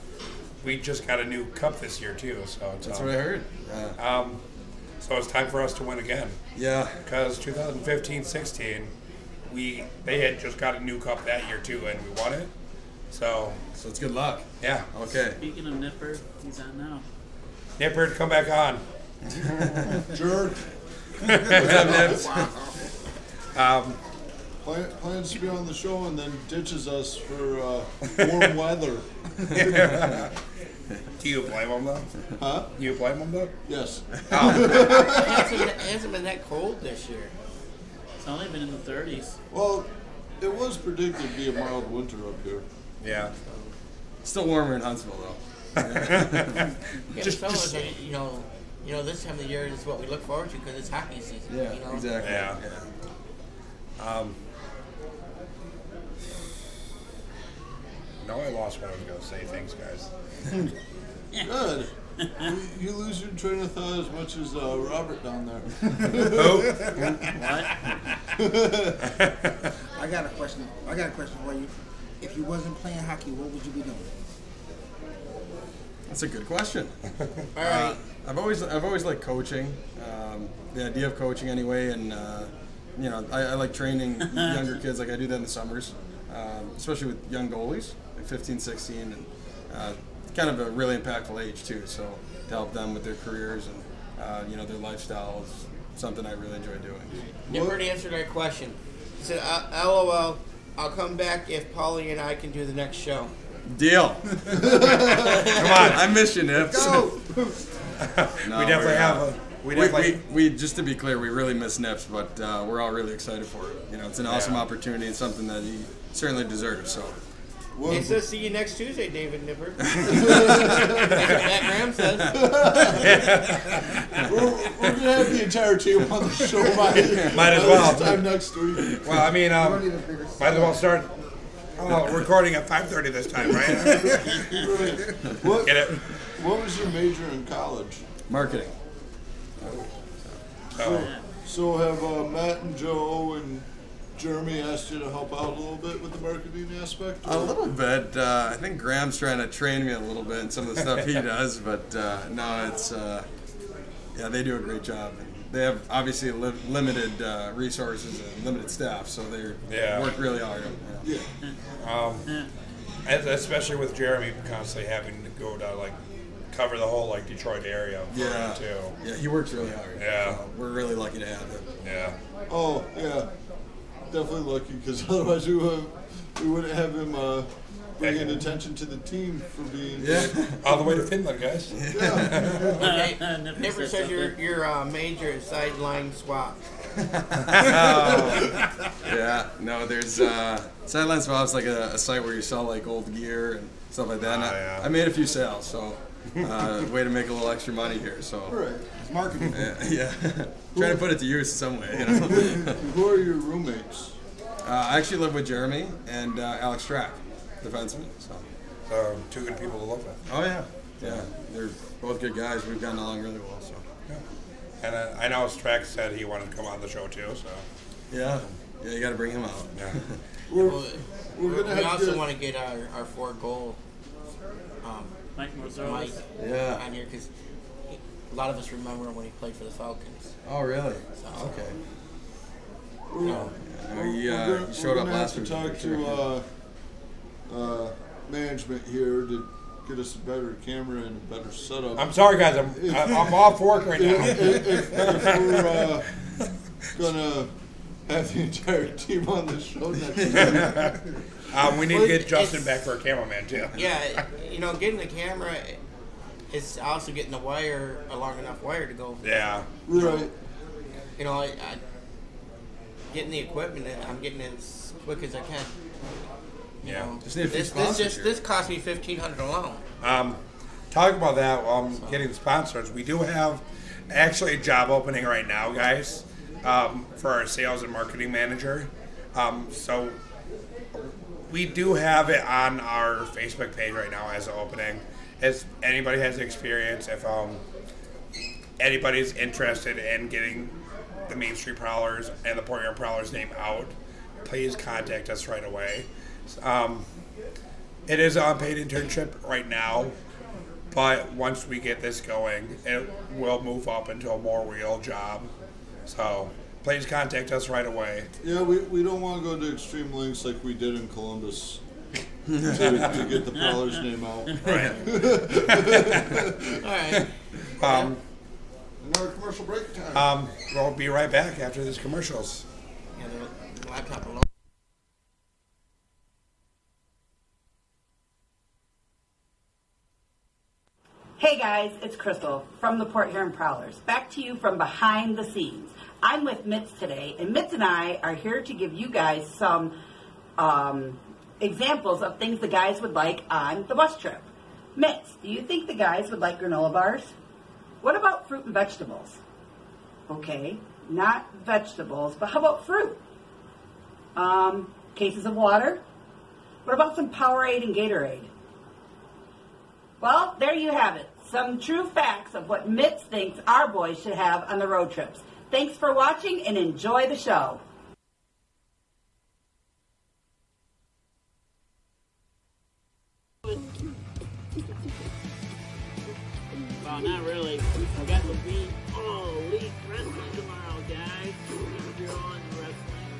we just got a new cup this year too, so it's, That's um, what I heard. Yeah. Um, so it's time for us to win again yeah. because 2015-16, we they had just got a new cup that year too, and we won it. So So it's good luck. yeah, Okay. Speaking of Nipper, he's on now. Nippert, come back on. Jerk. What's up, Nibs? Um, Plan, plans to be on the show and then ditches us for uh, warm weather. Do you blame him though? Huh? Do you Oh. blame him though? Yes. It hasn't, it hasn't been that cold this year. It's only been in the 30s. Well, it was predicted to be a mild winter up here. Yeah. Still warmer in Huntsville though. Yeah, Just- some of just- us, uh, you know, you know, this time of the year is what we look forward to because it's hockey season. you know? Exactly. Yeah. Um, No, I lost what I was gonna say. Thanks, guys. Good. You, you lose your train of thought as much as uh, Robert down there. Oh, I got a question. I got a question for you. If you wasn't playing hockey, what would you be doing? That's a good question. Uh, All right. I've always I've always liked coaching, um, the idea of coaching anyway, and uh, you know I, I like training younger kids. Like I do that in the summers, um, especially with young goalies, like 15, 16, and uh, kind of a really impactful age too. So to help them with their careers and uh, you know their lifestyle is something I really enjoy doing. Nippert answered our question. He said, "Uh, "LOL, I'll come back if Polly and I can do the next show." Deal. Come on, I miss you, Nips. Go. No, we definitely we're, have uh, a We'd We, have like we, we just to be clear, we really miss Nips, but uh, we're all really excited for it. You know, it's an awesome Yeah. opportunity. It's something that he certainly deserves. So, It says see you next Tuesday, David Nipper. That's what Matt Graham says. We're, we're gonna have the entire team on the show by might as this well. time next week. Well, I mean, I need a um, bigger might as well start oh, recording at 5:30 this time, right? What, Get it? what was your major in college? marketing. So, So have uh, Matt and Joe and Jeremy asked you to help out a little bit with the marketing aspect? A little bit. Uh, I think Graham's trying to train me a little bit in some of the stuff he does, but uh, no, it's uh, yeah, they do a great job. And they have obviously li- limited uh, resources and limited staff, so they Yeah. work really hard. Yeah. and especially with Jeremy constantly having to go to like cover the whole like Detroit area for him, Yeah, too. yeah, he works really hard. Yeah. so we're really lucky to have him. Yeah. Oh yeah, definitely lucky because otherwise we would we wouldn't have him uh, bringing attention to the team for being. Yeah, All the way to Finland, guys. Okay. Uh, Nipper Nipper said says your something. your uh, major is sideline swap. yeah. No, there's uh, Sideline Swap's like a, a site where you sell like old gear and stuff like that. And Ah, I, yeah. I made a few sales, so uh, way to make a little extra money here. So. Right. It's marketing. Yeah, trying to put it to use in some way. You know, Who are your roommates? uh, I actually live with Jeremy and uh, Alex Strack, defenseman. So. So Um, two good people to love with. Oh yeah, yeah, they're both good guys. We've gotten along really well. So. And uh, I know Strack said he wanted to come on the show too. So Yeah, yeah, you got to bring him out. yeah. We're, Well, we're gonna have we to. also want to get our, our four goal um, Mike Marzella. Mike Yeah. on here because a lot of us remember him when he played for the Falcons. Oh really? Okay. we're, I know he, uh, he showed up last week. have to talk to uh, uh, management here to get us a better camera and a better setup. I'm sorry, guys. I'm I'm I'm off work right if, now. if- if- if we're uh, gonna have the entire team on the show next week. Um, we need to get It's- Justin back for a cameraman too. Yeah, you know, getting the camera is also getting the wire a long enough wire to go. Yeah. Right. You know, I, I getting the equipment. I'm getting it as quick as I can. You Yeah. know, Just need a few this, this sponsors just here. this cost me fifteen hundred alone. Um, talking about that, while I'm getting sponsors, we do have actually a job opening right now, guys, um, for our sales and marketing manager. Um, so we do have it on our Facebook page right now as an opening. If anybody has experience, if um, anybody's interested in getting the Main Street Prowlers and the Port Yard Prowlers name out, please contact us right away. Um, it is an unpaid internship right now, but once we get this going, it will move up into a more real job. So please contact us right away. Yeah, we, we don't want to go to extreme lengths like we did in Columbus to, to get the Prowler's name out. Right. All right. Um, Another commercial break time. um, we'll be right back after these commercials. yeah, the laptop alone. Hey guys, it's Crystal from the Port Huron Prowlers. Back to you from behind the scenes. I'm with Mitz today, and Mitz and I are here to give you guys some um, examples of things the guys would like on the bus trip. Mitz, do you think the guys would like granola bars? What about fruit and vegetables? Okay, not vegetables, but how about fruit? Um, cases of water? What about some Powerade and Gatorade? Well, there you have it. Some true facts of what Mitz thinks our boys should have on the road trips. Thanks for watching and enjoy the show. Well, not really. We got the beat. Oh, Elite Wrestling tomorrow, guys. If you're on wrestling.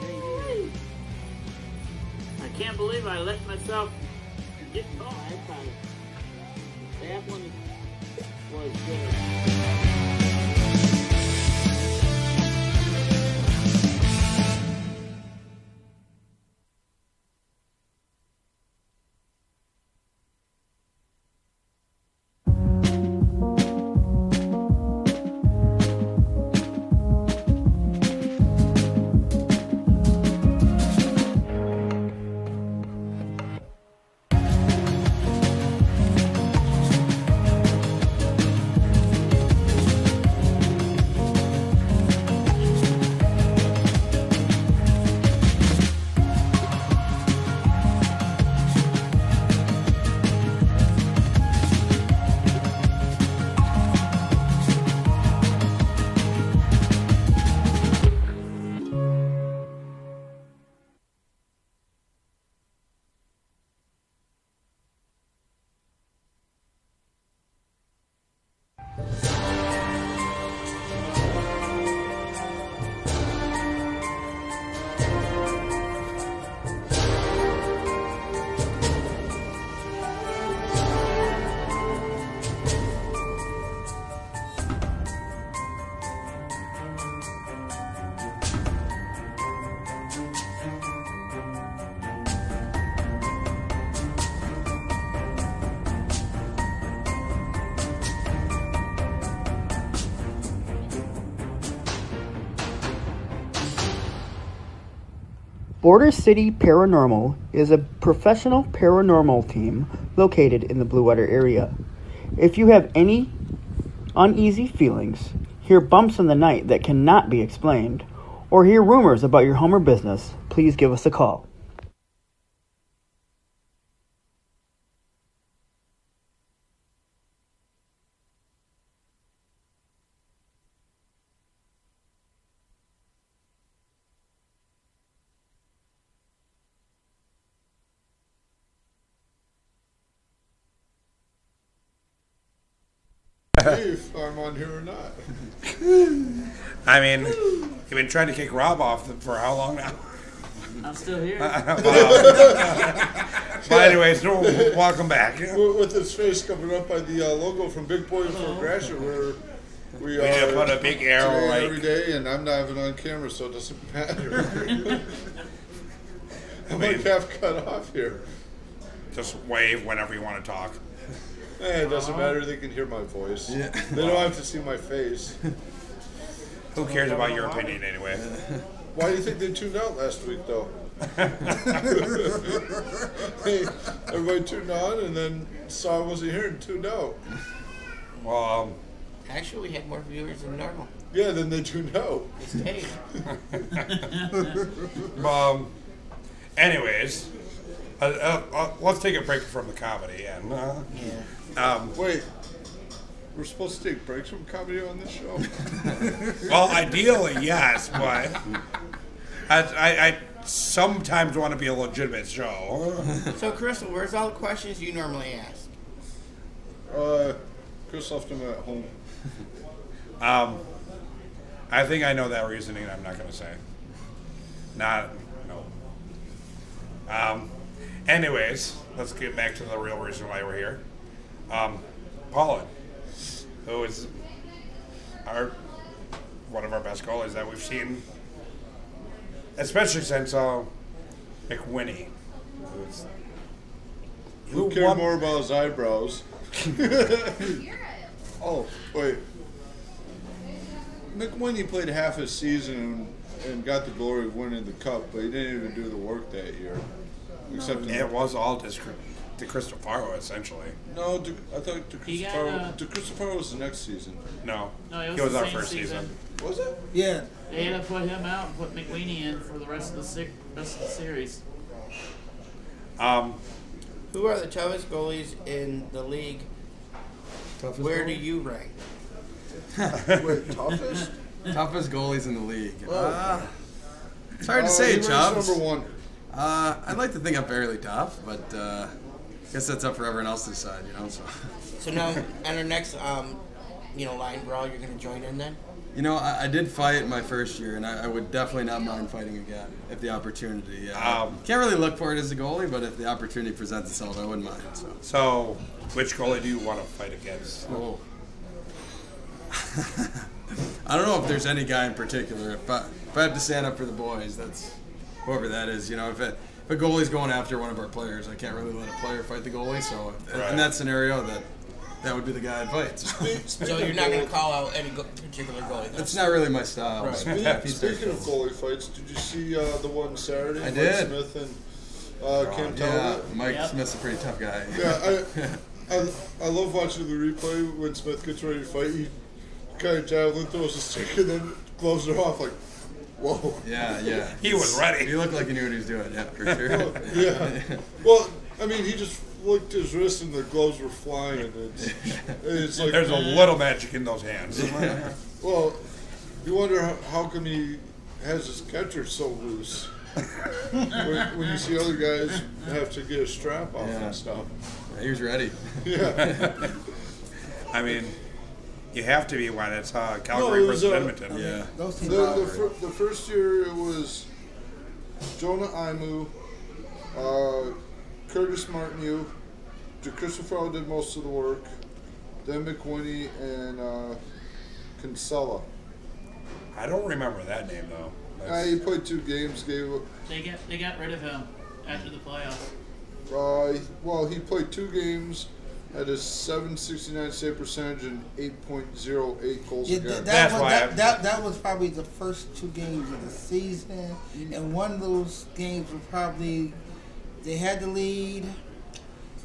Hey, hey. I can't believe I let myself get caught. That's how- That one was good. Border City Paranormal is a professional paranormal team located in the Blue Water area. If you have any uneasy feelings, hear bumps in the night that cannot be explained, or hear rumors about your home or business, please give us a call. Hey, if I'm on here or not. I mean, you've been trying to kick Rob off the, for how long now? I'm still here. But anyways, no, welcome back. We With with his face covered up by the uh, logo from Big Boys from Gratiot, where we just are put a big arrow today every like day, and I'm not even on camera, so it doesn't matter. I'm like half cut off here. just wave whenever you want to talk. Eh, it doesn't matter. They can hear my voice. Yeah. They don't have to see my face. Who cares about your opinion anyway? Why do you think they tuned out last week, though? hey, everybody tuned on and then saw I wasn't here and tuned out. Well, um, Actually, we had more viewers than normal. Yeah, then they tuned out. They stayed. Um, anyways, uh, uh, uh, let's take a break from the comedy and uh, um, Wait, we're supposed to take breaks from comedy on this show? well, ideally yes, but I, I, I sometimes want to be a legitimate show. so, Crystal, where's all the questions you normally ask? uh, Chris left him at home. Um, I think I know that reasoning. and I'm not going to say. Not no. Um, anyways, let's get back to the real reason why we're here. Um, Paula, who is our one of our best goalies that we've seen, especially since uh, McWinnie, who's Who cared more about his eyebrows? oh, wait. McWinnie played half his season and got the glory of winning the cup, but he didn't even do the work that year. Except in it was all to, to Crystal Faro essentially. no, De, I thought He got, uh, DeCristofaro DeCristofaro was the next season. No, No, it was he was the our same first season. season. Was it? Yeah. They had to put him out and put McWeeny in for the rest of the se- rest of the series. Um, Who are the toughest goalies in the league? Toughest Where do goalie? you rank? Wait, toughest? toughest goalies in the league? Uh, it's hard to Oh, he say, ranked Chubbs. number one. Uh, I'd like to think I'm fairly tough, but uh, I guess that's up for everyone else to decide, you know. So, So now, on our next, um, you know, line brawl, you're gonna join in then. you know, I, I did fight my first year, and I, I would definitely not mind fighting again if the opportunity. Uh, Um, can't really look for it as a goalie, but if the opportunity presents itself, I wouldn't mind. So, so, which goalie do you want to fight against? oh. I don't know if there's any guy in particular. If I, if I have to stand up for the boys, that's whoever that is. You know, if it, if a goalie's going after one of our players, I can't really let a player fight the goalie. So, Right. in that scenario, that that would be the guy I'd fight. So. So you're not gonna call out any go- particular goalie. That's not really my style. Right. but Yeah, if he starts- Speaking of goalie fights, did you see uh, the one Saturday? I Mike did. Oh, Smith and uh, Cam yeah, Talbot. Mike Yep. Smith's a pretty tough guy. Yeah, I, I, I love watching the replay when Smith gets ready to fight. He kind of javelin throws a stick and then gloves it off like, whoa. yeah, yeah. He was ready. He looked like he knew what he was doing. Yeah, for sure. Yeah. Well, I mean, he just flicked his wrist and the gloves were flying. And it's, it's like, There's a little magic in those hands. well, you wonder how, how come he has his catcher so loose. when, when you see other guys have to get a strap off Yeah. and stuff. he was ready. Yeah. I mean, you have to be when it's uh, No, Calgary it was, versus uh, Edmonton. Yeah. The, Those teams are the, fir- the first year it was Jonah Imu, uh, Curtis Martineau, DeChristofaro did most of the work, then McWinney and uh, Kinsella. I don't remember that name though. Uh, That's- he played two games, gave up. They got they got rid of him after the playoffs. Uh, well, he played two games, had a 769 save percentage and 8.08 goals Yeah, against. That's that, that, was, why I- that, that, that was probably the first two games of the season, and one of those games was probably they had the lead,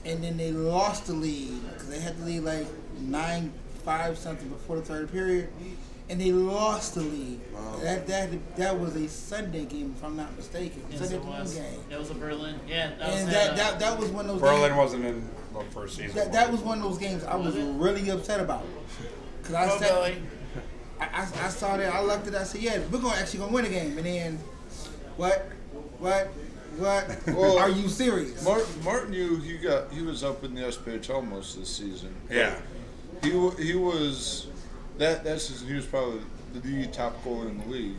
and then they lost the lead because they had the lead like nine five something before the third period, and they lost the lead. That that that was a Sunday game, if I'm not mistaken. Yes, Sunday it noon was. game, That was a Berlin. Yeah, that was uh, and that. that, that that was one of those. Berlin games- wasn't in the first season. that, that was one of those games I was really upset about. Cause I oh, said, Billy. I, I, I saw that. I looked at. it, I said, "Yeah, we're gonna actually gonna win the game." And then, what, what, what? Well- are you serious? Martin, Martin, you he got he was up in the SPHL most of the season. Yeah. He wa- he was that that season he was probably the top goalie in the league.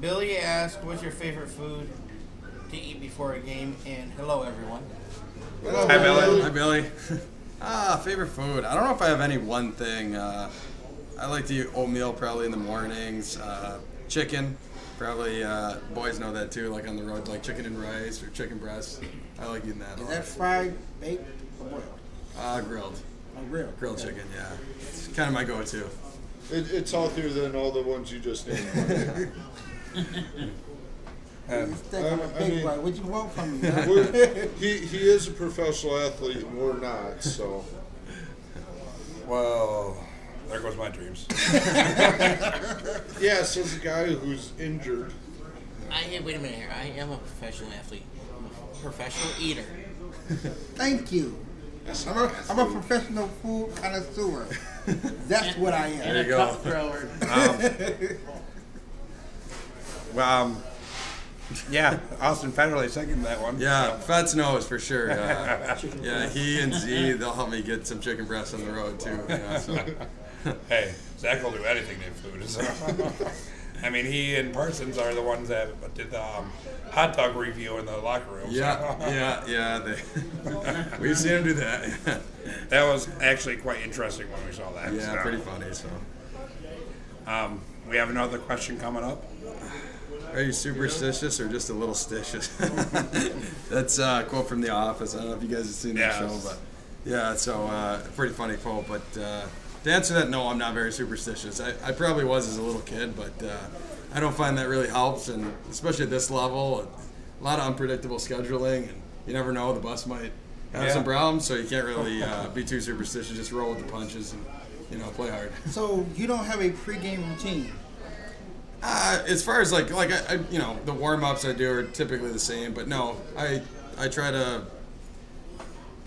Billy asked, "What's your favorite food to eat before a game?" And hello, everyone. Hi, Billy. Hi, Billy. ah, favorite food. I don't know if I have any one thing. Uh, I like to eat oatmeal probably in the mornings. Uh, chicken, probably. Uh, boys know that too. Like on the road, like chicken and rice or chicken breast. I like eating that. a Is lot. that fried, baked, or boiled? Uh, grilled, Or Oh, grilled? grilled Okay. chicken. Yeah, it's kind of my go-to. It, it's healthier than all the ones you just named. And It's thick on a Um, I big mean- one. What you want from me? huh? We're- he he is a professional athlete, and we're not. So well, there goes my dreams. yeah, so it's a guy who's injured. I hey, wait a minute here. I am a professional athlete. I'm a professional eater. Thank you. I'm a, I'm a professional food connoisseur. That's what I am. And a you go. cup thrower. Well, um, yeah, Austin Federley seconded that one. Yeah, Fats knows for sure. Uh, yeah, he and Z, they'll help me get some chicken breast on the road too. You know, so. Hey, Zach will do anything to food. So. I mean, he and Parsons are the ones that did the um, hot dog review in the locker room. so. Yeah, yeah, yeah. They, we've seen him do that. That was actually quite interesting when we saw that. yeah, so. pretty funny. So, Um, we have another question coming up. Uh-huh. are you superstitious or just a little stitious? That's uh, a quote from The Office. I don't know if you guys have seen Yeah. that show, but yeah, so uh, pretty funny quote. But uh, to answer that, no, I'm not very superstitious. I, I probably was as a little kid, but uh, I don't find that really helps, and especially at this level, a lot of unpredictable scheduling, and you never know the bus might have Yeah. some problems, so you can't really uh, be too superstitious. Just roll with the punches and you know play hard. So you don't have a pregame routine. Uh, as far as like like I, I you know the warm ups I do are typically the same, but no, I I try to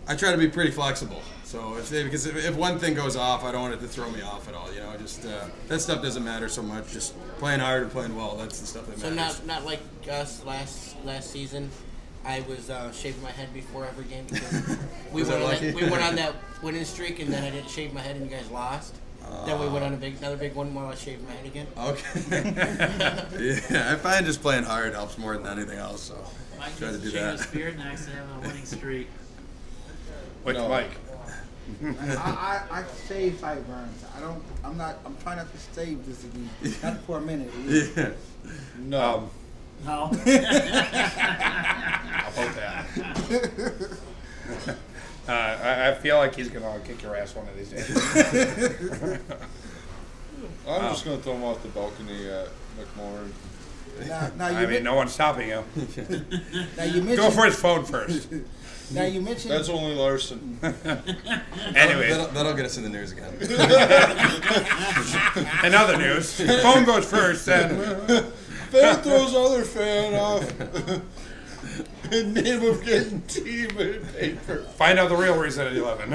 I try to be pretty flexible. So if they, because if, if one thing goes off, I don't want it to throw me off at all. You know, just uh, that stuff doesn't matter so much. Just playing hard and playing well, that's the stuff that So matters. not not like us last last season. I was uh, shaving my head before every game because we Was that went on that, lucky? we went on that winning streak and then I didn't shave my head and you guys lost. then we went on a big another big one while I shaved my head again. okay. yeah, I find just playing hard helps more than anything else. So Mike try to needs do to shave his that. beard and actually have a winning streak. Which No. Mike? I, I, I save sideburns. I don't. I'm not. I'm trying not to save this again. Not for a minute. at least. Yeah. No, Um, No. I'll vote that. uh, I, I feel like he's gonna kick your ass one of these days. I'm just gonna throw him off the balcony at McMorrin. Now, now you I mean, men- no one's stopping him. now you mentioned. Go for his phone first. Now you mentioned. That's only Larson. That'll, Anyways, that'll get us in the news again. another news. Phone goes first, then. Then it throws other fan off in name of getting team and paper. Find out the real reason at 11.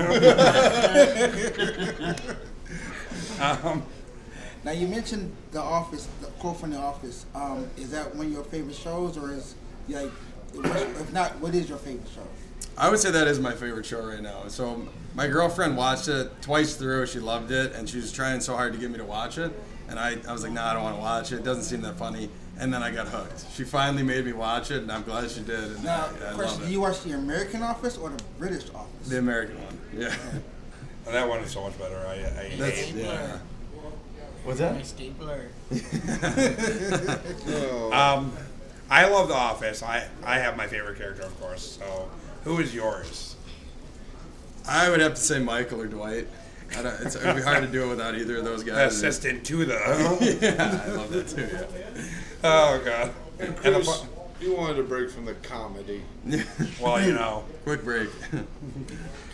Um, now you mentioned the office. The quote from the office. Um, is that one of your favorite shows, or is like, what's- if not, what is your favorite show? I would say that is my favorite show right now. So my girlfriend watched it twice through. She loved it, and she was trying so hard to get me to watch it. And I, I was like, no, nah, I don't want to watch it. It doesn't seem that funny. And then I got hooked. She finally made me watch it, and I'm glad she did. And Now, I, I question: love Do it. you watch the American Office or the British Office? the American one. Yeah. that one is so much better. I, I That's, hate it. yeah. What's My stapler. Um, I love The Office. I, I have my favorite character, of course. So, who is yours? I would have to say Michael or Dwight. I don't, it's, it'd be hard to do it without either of those The guys. assistant to the. yeah, I love that too. Oh god. And And the Chris, fu- you wanted a break from the comedy. Yeah. well, you know, Quick break.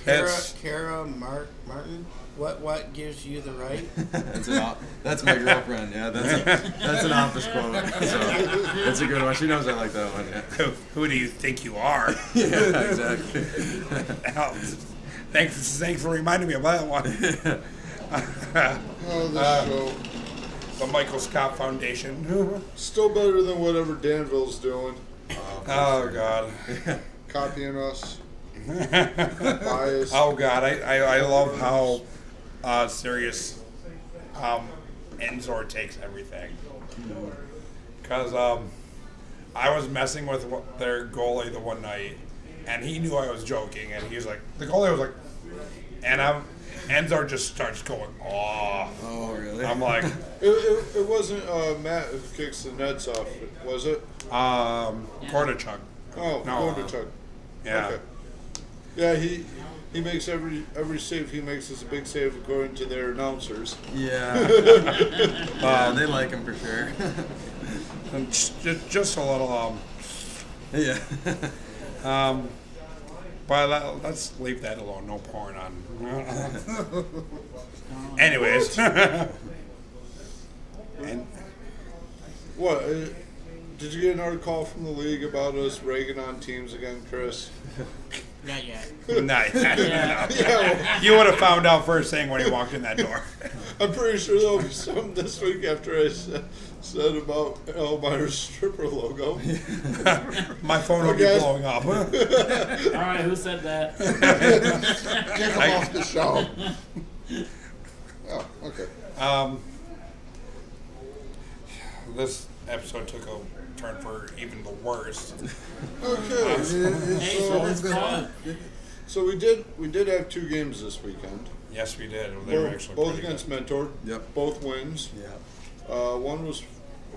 Kara, it's Kara Mark, Martin, what what gives you the right? That's, an op- that's my girlfriend. Yeah, that's a, that's an office quote. Oh, So that's a good one. She knows I like that one. Yeah, who, who do you think you are? yeah exactly. Ow. thanks, thanks for reminding me about that one. Uh, Oh, this show. The Michael Scott Foundation. Still better than whatever Danville's doing. Oh god. Copying us. Biased. Oh God, I, I, I love how uh, serious um, Enzor takes everything. Because um, I was messing with wha- their goalie the one night, and he knew I was joking, and he was like, the goalie was like, and I'm, Enzor just starts going off. Oh, really? I'm like, It, it, it wasn't uh, Matt who kicks the nets off, was it? um, Kordachuk. Oh, No. going to Chuck. Yeah. Okay. Yeah, he he makes every every save he makes is a big save according to their announcers. Yeah. Yeah, they like him for sure. And Um, just, just a little, um, yeah. But let- let's leave that alone. No porn on. Anyways. and What? Uh, did you get another call from the league about us ragging on teams again, Chris? Not yet. nice. Yeah, you would have found out first thing when he walked in that door. well, I'm pretty sure there'll be some this week after I said, said about Elmire's stripper logo. My phone will be Okay. blowing up. All right, who said that? Get him off the show. oh, okay. Um, this episode took a turn for even the worst. Okay. Hey, so it's fun. So we did we did have two games this weekend. Yes, we did. They were actually both pretty good. against Mentor. Yep. Both wins. Yeah. Uh, one was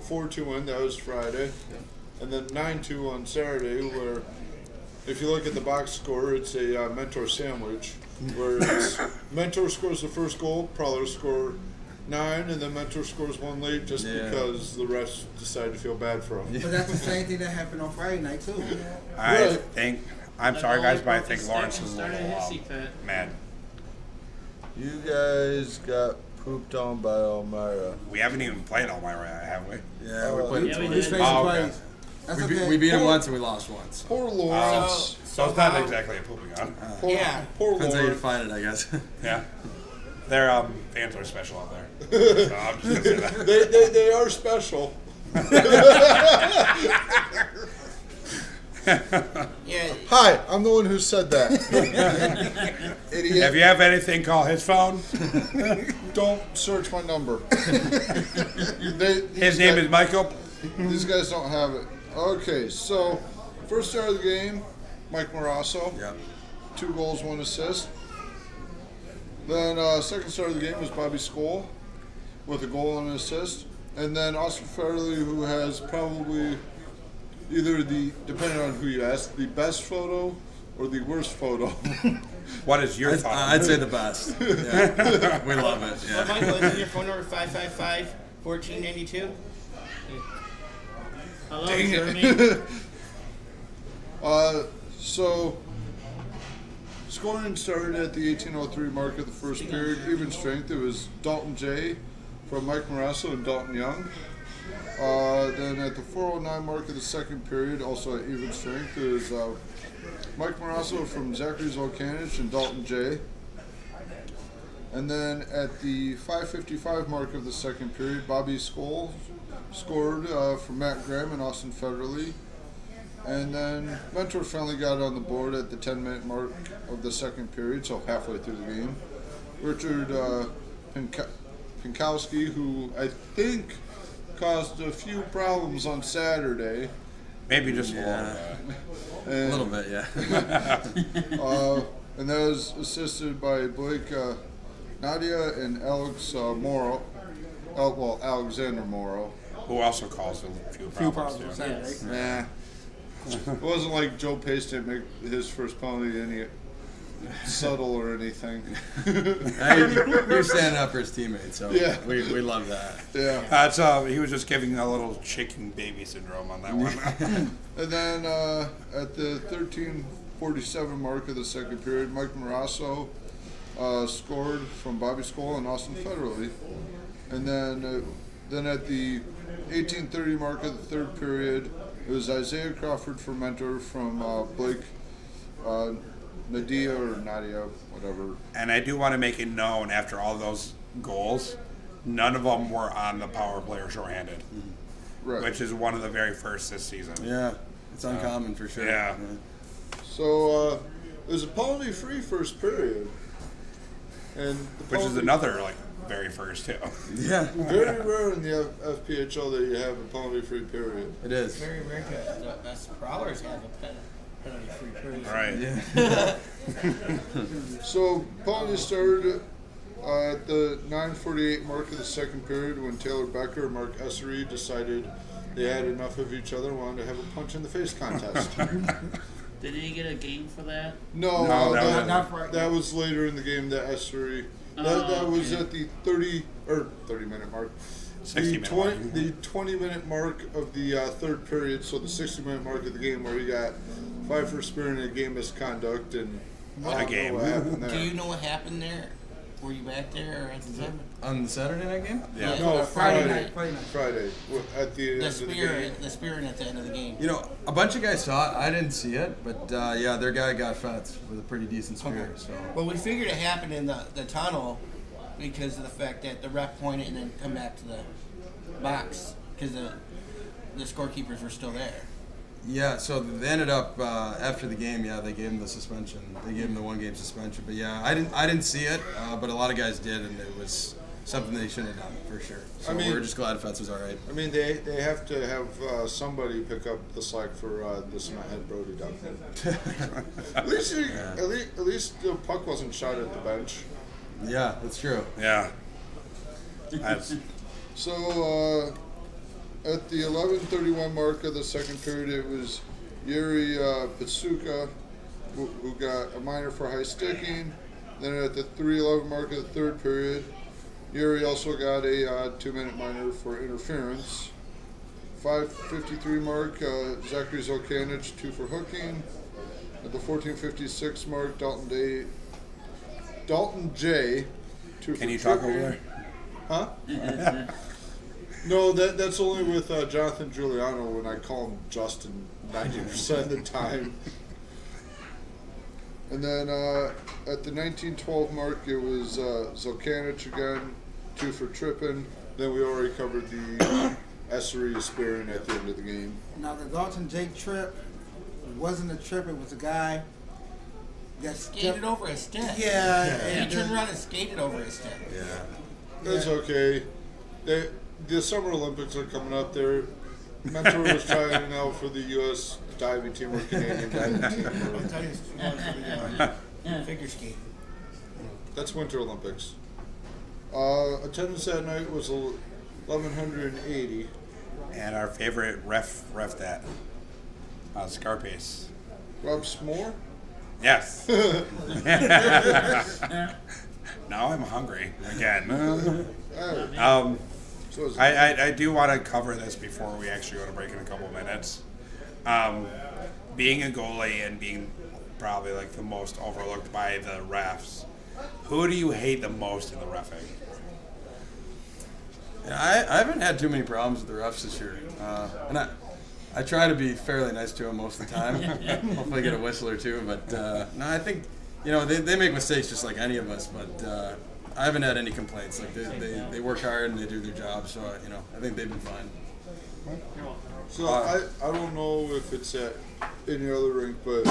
4 2 win, that was Friday. And then 9 2 on Saturday, where if you look at the box score, it's a uh, mentor sandwich. Where it's mentor scores the first goal, Prowler score nine, and then mentor scores one late just Yeah. because the refs decided to feel bad for him. But that's the same thing that happened on Friday night too. I Right. think. I'm sorry, guys, but I think Lawrence is a little um, mad. You guys got pooped on by Elmira. We haven't even played Elmira, have we? Yeah, Oh, we played. Yeah, we This did. face Oh, plays. okay. Oh, That's We, okay. beat, we beat him once and we lost once. Uh, Poor So, Lawrence. So it's not exactly a pooping on. poor, yeah. poor Depends how you Lawrence. define it, I guess. Yeah. Their um, fans are special out there. So I'm just gonna say that. They, they, they are special. Yeah, Hi, I'm the one who said that. If you have anything, call his phone. Don't search my number. They- His name is Michael. These guys don't have it. Okay, so first start of the game, Mike Morasso, yeah. two goals, one assist. Then uh, second start of the game was Bobby Skoll with a goal and an assist, and then Austin Fairley, who has probably either the depending on who you ask, the best photo or the worst photo. What is your I'd, phone? I'd say the best. Yeah. we love it. Well, Yeah. Michael, isn't your phone number 555 1492? Hello, Jeremy. uh, so scoring started at the 1803 mark of the first period, even strength. It was Dalton J from Mike Morasso and Dalton Young. Uh, then at the 409 mark of the second period, also at even strength, it was uh, Mike Morasso from Zachary Zolkanich and Dalton J. And then at the 5:55 mark of the second period, Bobby Skoll scored uh, for Matt Graham and Austin Federley. And then Mentor finally got on the board at the 10 minute mark of the second period, so halfway through the game. Richard uh, Pinka- Pinkowski, who I think caused a few problems on Saturday. Maybe just uh, a little. A And, little bit, yeah. Uh, and that was assisted by Blake uh, Nadia and Alex uh, Morrow. Uh, well, Alexander Morrow. Who also caused a few Few problems? problems on too. Nah. Saturday. it wasn't like Joe Pace didn't make his first penalty, and he subtle or anything. Hey, you're standing up for his teammates, so Yeah. we, we love that. yeah. Uh, it's, uh, he was just giving a little chicken baby syndrome on that one. And then uh, at the 13:47 mark of the second period, Mike Morasso uh, scored from Bobby Skoll and Austin Federally. And then, uh, then at the 18:30 mark of the third period, it was Isaiah Crawford for mentor from uh, Blake uh, Nadia or Nadia, whatever. and I do want to make it known after all those goals, none of them were on the power play or shorthanded, Mm-hmm. Right. which is one of the very first this season. Yeah, it's uncommon for sure. Yeah. So uh, it was a penalty-free first period, and the Which is penalty- another like very first too. Yeah, Very rare in the F- FPHL that you have a penalty-free period. it is. Very rare to the best prowlers have a pen- penalty free period. Right. Yeah. So penalty started uh, at the 9:48 mark of the second period when Taylor Becker and Mark Essery decided they had enough of each other and wanted to have a punch in the face contest. Did he get a game for that? no, No, uh, that that, was- Not for- that was later in the game. That Essery that, that was okay. at the 30 or 30 minute mark. 60 the, minute 20, mark. the 20 minute mark of the uh, third period, so the 60 minute mark of the game where we got five for spearing and a game misconduct and I A don't know game. what happened there. Do you know what happened there? Were you back there or at the time? On the Saturday night game? Yeah. No, Friday Friday. night. Friday night. Friday w- at the end The of the game. spear, the spearing at the end of the game. You know, a bunch of guys saw it. I didn't see it, but uh, yeah, their guy got fenced with a pretty decent spear. So Well, we figured it happened in the, the tunnel because of the fact that the ref pointed and then come back to the box because the the scorekeepers were still there. yeah, so they ended up uh, after the game. Yeah, they gave him the suspension. They gave him the one game suspension. But yeah, I didn't. I didn't see it, uh, but a lot of guys did, and it was something they shouldn't have done for sure. So I mean- we're just glad Fetz was all right. I mean, they, they have to have uh, somebody pick up the slack for uh, this head Brody Duncan. at least he, at, least, at least the puck wasn't shot at the bench. Yeah, that's true. Yeah. That's, So uh, at the 11:31 mark of the second period, it was Yuri uh, Patsuka who, who got a minor for high sticking. Then at the 3:11 mark of the third period, Yuri also got a uh, two-minute minor for interference. 5:53 mark, uh, Zachary Zolkanich two for hooking. At the 14:56 mark, Dalton Day, Dalton J, two for can you talk tripping. over there? Huh? no, that that's only with uh, Jonathan Giuliano when I call him Justin ninety percent of the time. And then uh, at the nineteen twelve mark, it was uh, Zolkanich again, two for tripping. Then we already covered the Essery spearing at the end of the game. Now the Dalton Jake trip wasn't a trip; it was a guy that Skated stepped. over a stick. Yeah, He and turned then- around and skated over a stick. That's okay. They, the Summer Olympics are coming up. Their mentor was trying out for the U.S. diving team or Canadian diving team. or- uh, Figure skating. That's Winter Olympics. Uh, attendance that night was el- 1,180. And our favorite ref ref that. Uh, Scarpace. Rob Smore? Yes. now I'm hungry again. Oh, Um, so is I, I, I do want to cover this before we actually go to break in a couple minutes. Um, being a goalie and being probably like the most overlooked by the refs, who do you hate the most in the refing? And I, I haven't had too many problems with the refs this year, uh, and I I try to be fairly nice to them most of the time. Hopefully, get a whistle or two. But uh, no, I think you know they, they make mistakes just like any of us. But uh, I haven't had any complaints. Like they, they, they work hard and they do their job. So uh, you know I think they've been fine. So I, I don't know if it's at any other rink, but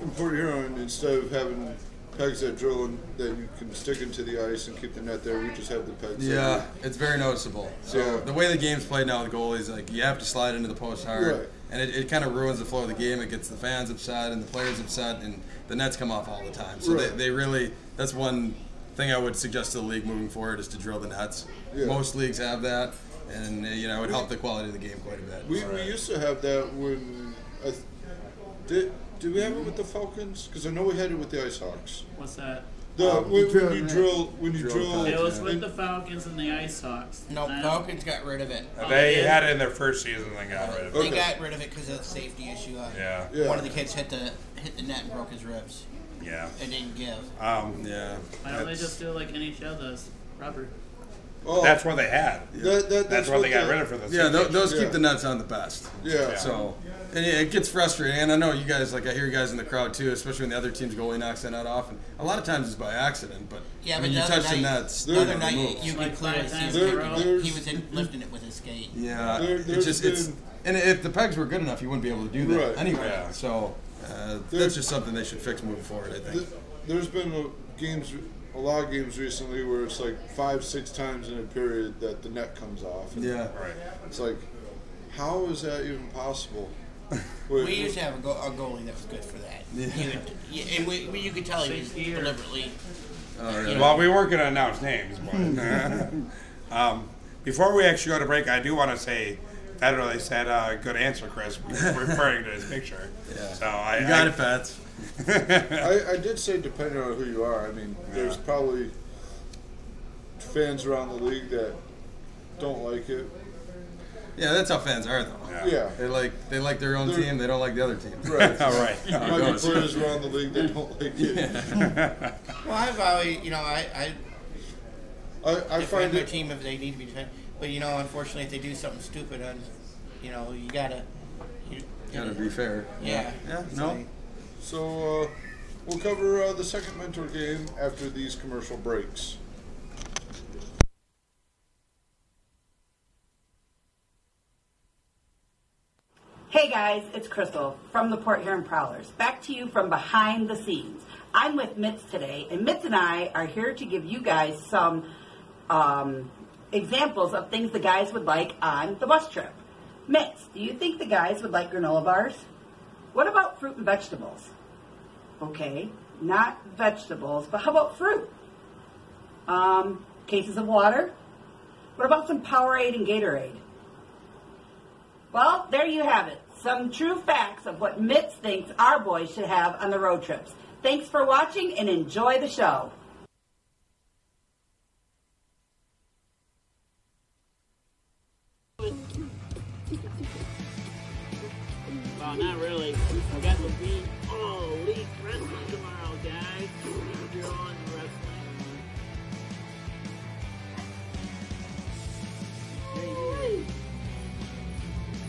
in Port Huron, instead of having pegs that drill and that you can stick into the ice and keep the net there, we just have the pegs. that Yeah, it's very noticeable. So uh, Yeah. the way the game's played now with goalies, like you have to slide into the post hard, Right. and it, it kind of ruins the flow of the game. It gets the fans upset and the players upset, and the nets come off all the time. So Right. they, they really that's one thing I would suggest to the league moving forward is to drill the nets. Yeah. Most leagues have that, and uh, you know it would help the quality of the game quite a bit. We, we used to have that when I th- did Did we have it with the Falcons? Because I know we had it with the Ice Hawks. What's that? The Uh, Uh, Um, when, drill, when you right. drill, when you Drill drill, contact. It was with and- the Falcons and the Ice Hawks. No, I don't- Falcons got rid of it. Uh, They yeah. had it in their first season and then got rid of it. Oh, They Okay. got rid of it because of the safety issue. Uh, Yeah, Yeah. One of the kids hit the hit the net and broke his ribs. yeah. It didn't give. Um, Yeah. Why don't they That's- just do like NHL does? Rubber. oh, that's what they had. that, that, That's what they got rid of for the. the Yeah, season. tho- those Yeah. keep the nuts on the best. Yeah. So, and it it gets frustrating. And I know you guys, like, I hear you guys in the crowd too, especially when the other team's goalie knocks the nut off. And a lot of times it's by accident, but Yeah, I but mean, you the touch other the night, nuts. the other it night moves. you Like could clearly five see times his in a kick. row. He was in, lifting it with his skate. Yeah, There- it's there's just it's been- and if the pegs were good enough, you wouldn't be able to do that Right. anyway. Yeah. So uh, There's- that's just something they should fix moving forward. I think. Th- There's been a, games, a lot of games recently where it's like five, six times in a period that the net comes off. And yeah, Right. It's like, how is that even possible? We used to have a, go- a goalie that was good for that. Yeah. He would, yeah, and we, we, you could tell he was Safety or- deliberately. Well, we weren't going to announce names, Hmm. but um, before we actually go to break, I do want to say that really said uh, good answer, Chris, referring to his picture. Yeah. So I you got I- it, Pat. I, I did say, depending on who you are, I mean, there's Yeah. probably fans around the league that don't like it. Yeah, that's how fans are though. Yeah. Yeah. They like they like their own They're- team. They don't like the other team. Right. All right. How it Might be goes. players around the league that don't like it. Well, I've always, you know, I, I I, I defend find their it. team if they need to be defended. But you know, unfortunately, if they do something stupid, on, you know, you gotta. You, Gotta be fair. Yeah. Yeah. It's No. like- So uh, we'll cover uh, the second mentor game after these commercial breaks. Hey guys, it's Crystal from the Port Huron Prowlers. Back to you from behind the scenes. I'm with Mitz today, and Mitz and I are here to give you guys some um, examples of things the guys would like on the bus trip. Mitz, do you think the guys would like granola bars? What about fruit and vegetables? Okay, not vegetables, but how about fruit? Um, cases of water? What about some Powerade and Gatorade? Well, there you have it. Some true facts of what Mitz thinks our boys should have on the road trips. Thanks for watching and enjoy the show. Well, not really. We got the beat. Oh, Elite Wrestling tomorrow, guys. You're on wrestling.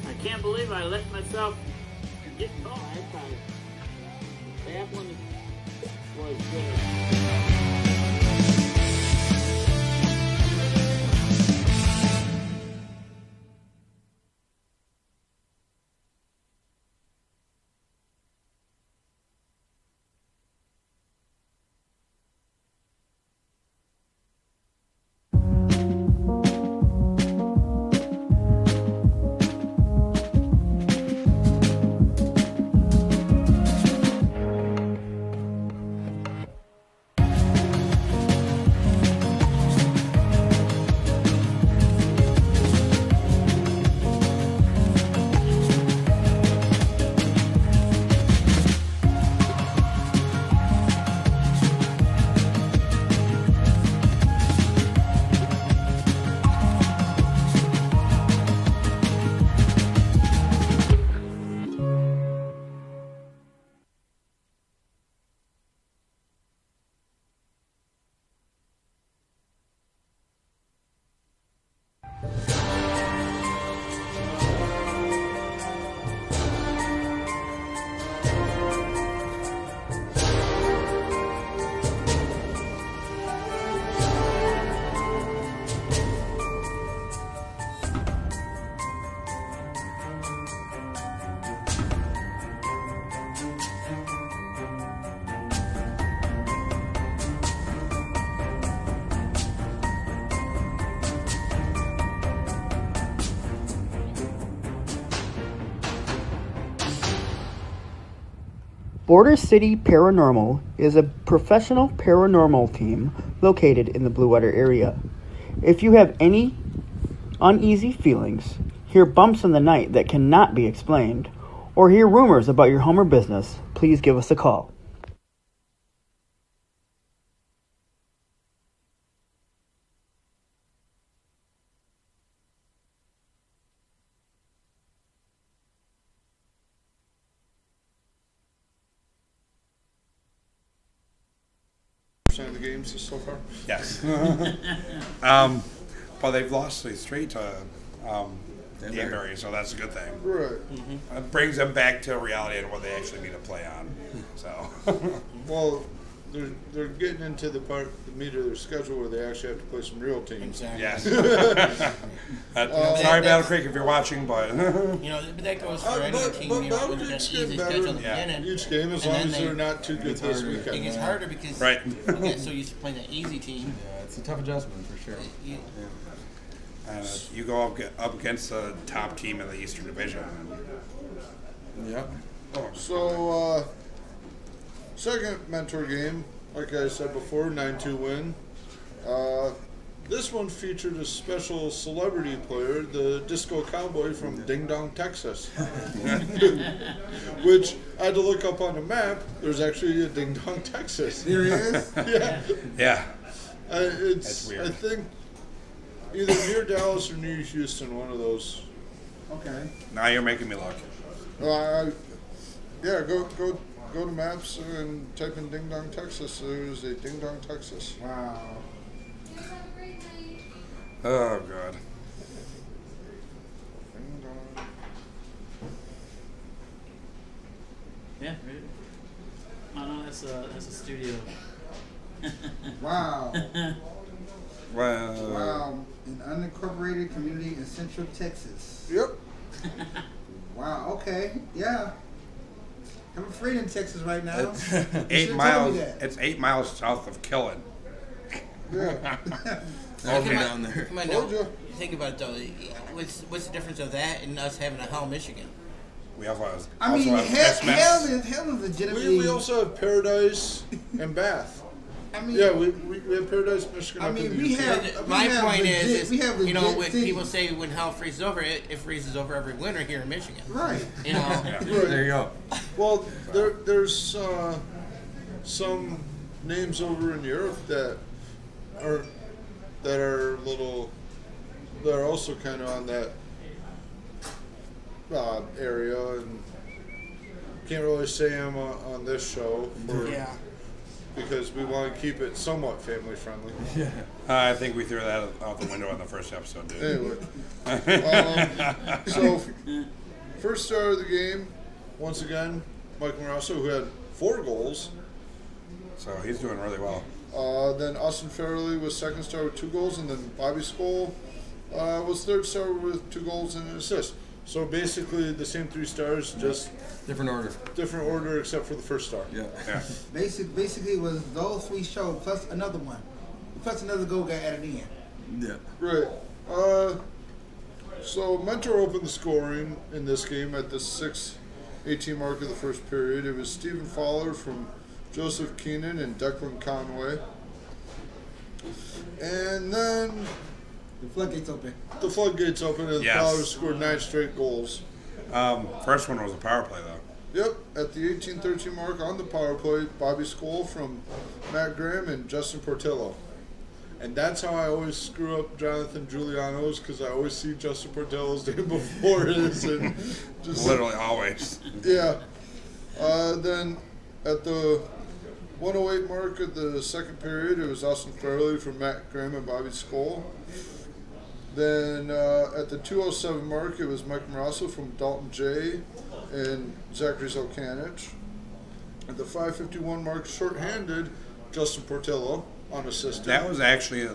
I can't believe I let myself get caught. That one was good. Border City Paranormal is a professional paranormal team located in the Blue Water area. If you have any uneasy feelings, hear bumps in the night that cannot be explained, or hear rumors about your home or business, please give us a call. percent of the games so far. Yes. um, well, they've lost these three to um, Danbury, so that's a good thing. Right. It brings them back to reality and what they actually need to play on. So, Well, they're they're getting into the part the meat of their schedule where they actually have to play some real teams. Um, Exactly. yes. Uh, sorry, Battle Creek, if you're watching, but You know, but that goes for Uh, any but- team. but you know, when Bowden's there's an getting easy better schedule in the Yeah. beginning, Each game, as long and then as they- they're not too good this harder. it weekend. gets harder because Right. you get so used to playing that easy team. Yeah, it's a tough adjustment for sure. You, uh, you go up, up against the top team in the Eastern Division. Yep. So, uh, second mentor game, like I said before, 9 2 win. Uh, this one featured a special celebrity player, the Disco Cowboy from Ding Dong, Texas. Which I had to look up on the map. There's actually a Ding Dong, Texas. There he is. yeah. Yeah. I, That's it's, weird. I think either near Dallas or near Houston, one of those. Okay. Now you're making me look. Uh, yeah, go go go to maps and type in Ding Dong Texas. There's a Ding Dong Texas. Wow. Oh, God. Ding Dong. Yeah. Right. Oh no, that's a that's a studio. Wow. Well, Wow. An unincorporated community in Central Texas. Yep. Wow. Okay. Yeah. I'm afraid in Texas right now. should've told eight me miles. that. It's eight miles south of Killen. Yeah. Okay. come on- down there. Come on, Told now. ya. Think about it though. What's what's the difference of that and us having a hell Michigan? We have a. I mean, also have hell, Christmas. hell is hell is legitimately. we, we also have Paradise and Bath. I mean, Yeah, we, we, we have Paradise, Michigan. I up in mean, the we UK. have- But we My have point is, legit- is we have you know, legit when cities. people say when hell freezes over, it, it freezes over every winter here in Michigan. right. You know, There you go. Well, there, there's uh, some names over in Europe that are that are little. They're also kind of on that uh, area, and can't really say them on, on this show for, Yeah. because we want to keep it somewhat family friendly. Uh, I think we threw that out the window on the first episode, dude. Anyway, um, so first star of the game, once again, Mike Moroso, who had four goals. So he's doing really well. Uh, then Austin Fairley was second star with two goals, and then Bobby Skoll uh, was third star with two goals and an assist. So basically, the same three stars, just Different order. different order except for the first star. Yeah. Yeah. Basic, basically, it was those three shows plus another one, plus another goal got added in. Yeah. Right. Uh, so Mentor opened the scoring in this game at the 6 18 mark of the first period. It was Stephen Fowler from Joseph Keenan and Declan Conway. And then The floodgates open. the floodgates opened and Yes. Fowler scored nine straight goals. Um, first one was a power play though. Yep, at the 18-13 mark on the power play, Bobby Skoll from Matt Graham and Justin Portillo. And that's how I always screw up Jonathan Giuliano's because I always see Justin Portillo's name before his and just Literally always. yeah. Uh, then at the 108 mark of the second period, it was Austin Fairley from Matt Graham and Bobby Skoll. Then uh, at the 207 mark, it was Mike Moroso from Dalton J and Zachary Zelkanich. At the 551 mark, shorthanded, Justin Portillo, unassisted. That was actually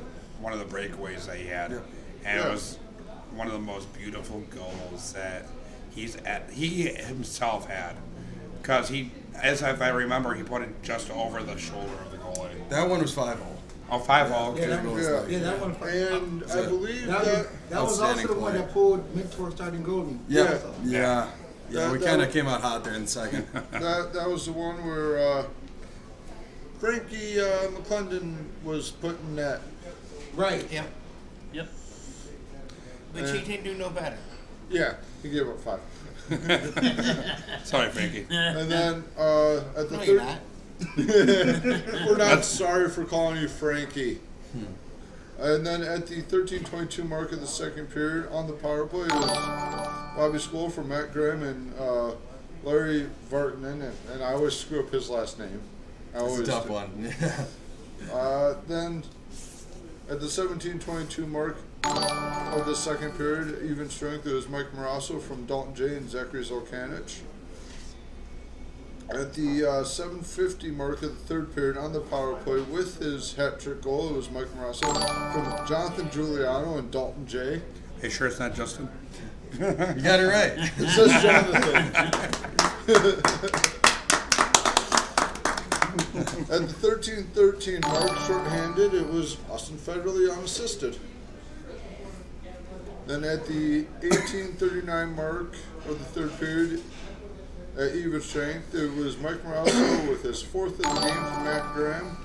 one of the breakaways that he had, and Yeah. it was one of the most beautiful goals that he's at. He himself had, because he, as if I remember, he put it just over the shoulder of the goalie. That one was five hole. Oh, five all. Yeah, that one. Yeah. Yeah, that one. and I it. believe That, that, was- that was also Outstanding the one play. that pulled mentor starting goalie. Yeah. Also. Yeah. Yeah. That- We that kind of was- came out hot there in the second. That that was the one where uh, Frankie uh, McClendon was putting that. Right. yeah. Yep. But she didn't do no better. Yeah, he gave up five. Sorry, Frankie. And then uh, at the No, you're third, not. we're not That's- sorry for calling you Frankie. And then at the 13:22 mark of the second period, on the power play, it was Bobby School for Matt Graham and uh, Larry Vartanen, and, and I always screw up his last name. I It's a always tough do. one. Uh, then at the 17:22 mark of the second period, even strength, it was Mike Morasso from Dalton J and Zachary Zolkanich. At the uh, 7:50 mark of the third period, on the power play with his hat trick goal, it was Mike Morasso from Jonathan Giuliano and Dalton J. Hey, sure it's not Justin? you got it right. It says Jonathan. At the 13-13 mark, shorthanded, it was Austin Federally unassisted. Then at the 18-39 mark of the third period, at even strength, it was Mike Morales with his fourth of the game from Matt Graham.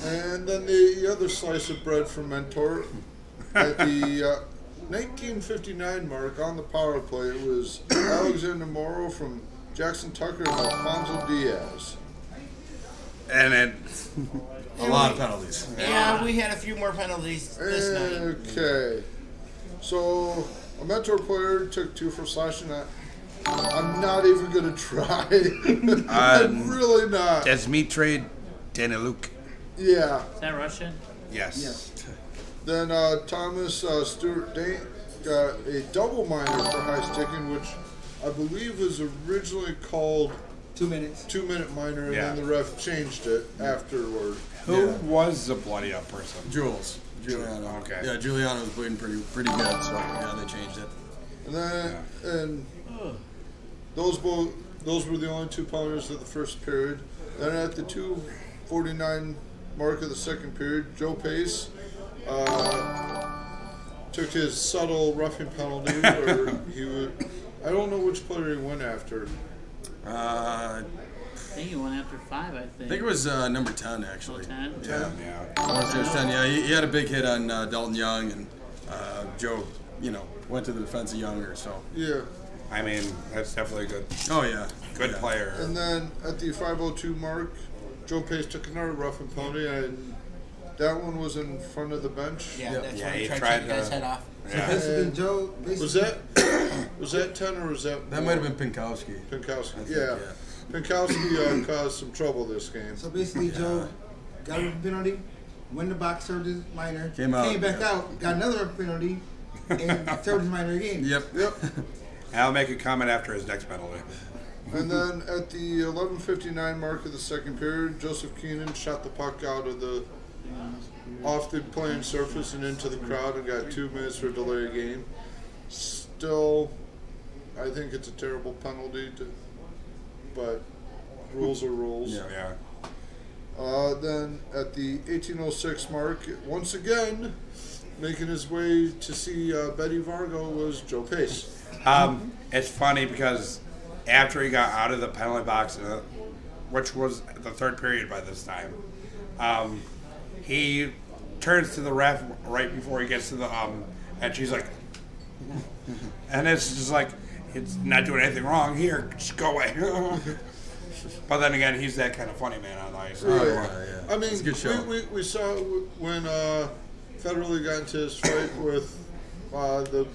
And then the, the other slice of bread from Mentor at the uh, 1959 mark on the power play, it was Alexander Morrow from Jackson Tucker and Alfonso Diaz. And it, A lot of penalties. Yeah, we had a few more penalties this night. Okay. So a mentor player took two for slashing that. I'm not even gonna try. I'm really not. Uh, Desmitre Deniluk. Yeah. Is that Russian? Yes. Then uh, Thomas uh, Stewart Dane got a double minor for high sticking, which I believe was originally called Two minutes. two minute minor, and Yeah. then the ref changed it afterward. Who was the bloody up person? Jules. Giuliano. Okay. Yeah, Giuliano was bleeding pretty pretty good, so yeah, they changed it. And then and those both those were the only two penalties of the first period. Then at the two forty nine mark of the second period, Joe Pace uh, took his subtle roughing penalty where he was I don't know which player he went after. Uh, I think he went after five, I think. I think it was uh, number ten actually. Ten? Yeah. Yeah. I want to say it was ten. Yeah, he, he had a big hit on uh, Dalton Young, and uh, Joe, you know, went to the defense of Younger. So. Yeah. I mean, that's definitely a good, Oh yeah. good yeah. player. And then at the five oh two mark, Joe Pace took another roughing penalty and that one was in front of the bench. Yeah, that's Yeah, why he we tried, tried to take his to- head off. Yeah. Basically, Joe. Basically, Was that was that ten or was that That more? might have been Pinkowski. Pinkowski, think, yeah. yeah. Pinkowski uh, caused some trouble this game. So basically, Joe got a penalty, went to box, served his minor, Came out, back yeah. out, got another penalty, and served his minor again. Yep. Yep. And I'll make a comment after his next penalty. and then at the 11:59 mark of the second period, Joseph Keenan shot the puck out of the off the playing surface and into the crowd and got two minutes for a delay of game. Still, I think it's a terrible penalty, to, but rules are rules. Yeah. Yeah. Uh, then at the 1806 mark, once again, making his way to see uh, Betty Vargo was Joe Pace. Um, it's funny because after he got out of the penalty box, uh, which was the third period by this time, um, he turns to the ref right before he gets to the um, and she's like, and it's just like it's not doing anything wrong here. Just go away. but then again, he's that kind of funny man on the ice. Oh, yeah, yeah. I mean, It's a good show. We, we, we saw w- when uh, Federally got into his fight with uh, the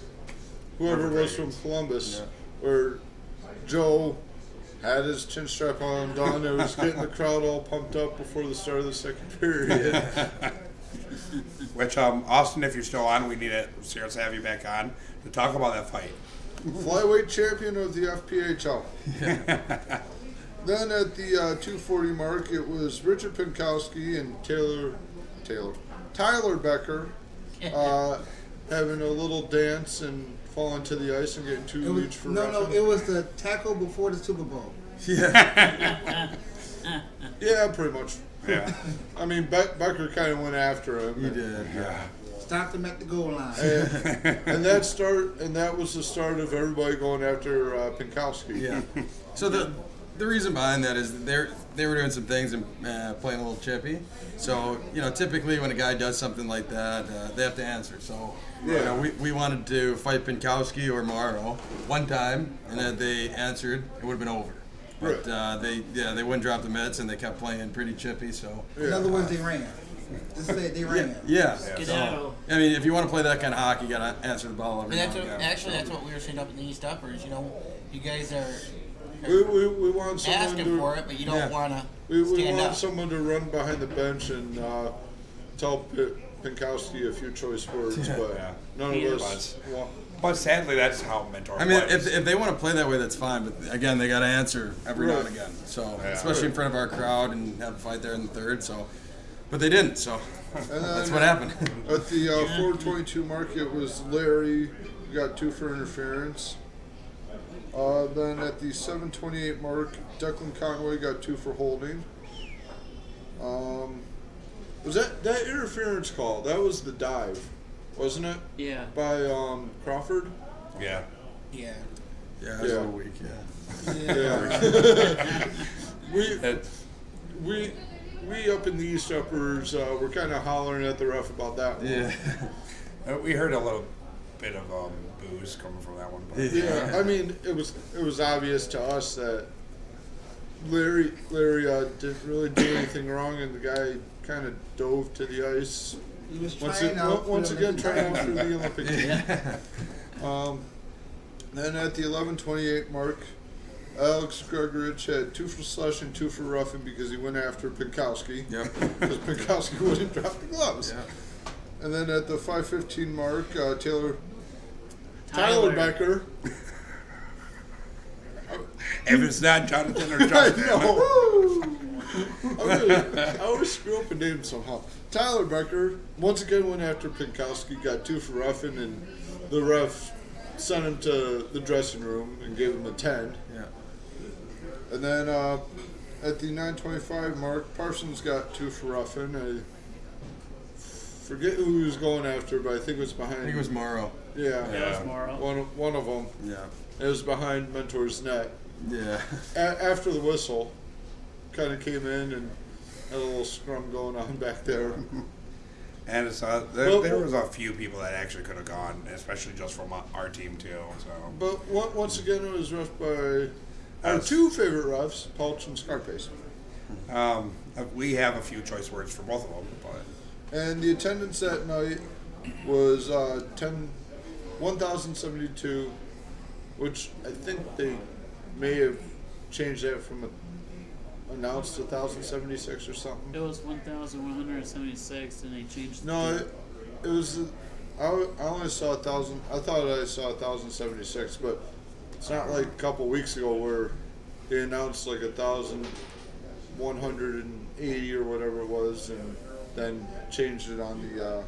whoever was from Columbus, where Joe had his chin strap on, Don, and was getting the crowd all pumped up before the start of the second period. Which um, Austin, if you're still on, we need to seriously have you back on to talk about that fight. Flyweight champion of the FPHL. then at the uh, 240 mark, it was Richard Pinkowski and Taylor, Taylor, Tyler Becker, uh, having a little dance and falling to the ice and getting It two each was, for no, no, roughing. it was the tackle before the Super Bowl. yeah, pretty much. Yeah. I mean, Be- Becker kind of went after him. He and- did. Yeah. Stopped him at the goal line. And that start, and that was the start of everybody going after uh, Pinkowski. Yeah. So the the reason behind that is they they were doing some things and uh, playing a little chippy. So you know, typically when a guy does something like that, uh, they have to answer. So you know, we, we wanted to fight Pinkowski or Morrow one time, and if they answered, it would have been over. But uh, they yeah they wouldn't drop the mitts and they kept playing pretty chippy. So In other words, they ran. Just say they ran. yeah. Skedaddle. I mean, if you want to play that kind of hockey, you got to answer the ball every And that's now what, and again. actually that's what we were saying up in the East Uppers. You know, you guys are, We, are we, we want someone asking to for it, but you don't Yeah. want to we, we stand want up. someone to run behind the bench and uh, tell P- Pinkowski a few choice words, but Yeah. none Yeah. of us. want- But sadly, that's how mentor. I mean, plays. if, if they want to play that way, that's fine. But again, they got to answer every now and Right. again. So especially in front of our crowd and have a fight there in the third. So, but they didn't. So And that's then what happened. At the uh, 422 mark, it was Larry who got two for interference. Uh, then at the 728 mark, Declan Conway got two for holding. Um, was that that interference call? That was the dive, wasn't it? Yeah. By um, Crawford. yeah, Yeah. yeah, it was a Yeah. little weak. Yeah. Yeah. we we we up in the East Uppers, uh, we're kind of hollering at the ref about that one. Yeah. Uh, we heard a little bit of um, booze coming from that one. But Yeah, I mean, it was it was obvious to us that Larry Larry uh, didn't really do anything wrong, and the guy kind of dove to the ice. He was Once, trying it- out for once the again, Olympic trying out for the Olympic team. Um, then at the 11:28 mark, Alex Gregorich had two for slushing, two for roughing because he went after Pinkowski. Yep. Because Pinkowski wouldn't drop the gloves. And then at the 5:15 mark, uh, Taylor Tyler, Tyler. Becker. if it's not Jonathan or I Jonathan, know. I really- I always screw up a name somehow. Tyler Becker once again went after Pinkowski, got two for roughing, and the ref sent him to the dressing room and gave him a ten. Yeah. And then uh, at the 9:25 mark, Parsons got two for roughing. I forget who he was going after, but I think it was behind. I think it was Morrow. yeah, That's Morrow. one one of them. Yeah. It was behind Mentor's net. Yeah. a- after the whistle, kind of came in and had a little scrum going on back there. and it's, uh, there, Well- there was a few people that actually could have gone, especially just from uh, our- our team too. So But wa- once again, it was refed by our Us. two favorite refs, Palch and Scarpace. Mm-hmm. um, we have a few choice words for both of them. But And the attendance that night was uh, 10, 1,072, which I think they may have changed that from a, announced 1,076 or something. It was 1,176, and they changed. No, the, it, it was. I, I only saw a thousand. I thought I saw a thousand seventy six, but it's not like a couple weeks ago where they announced like a thousand one hundred and eighty or whatever it was, and then changed it on the uh,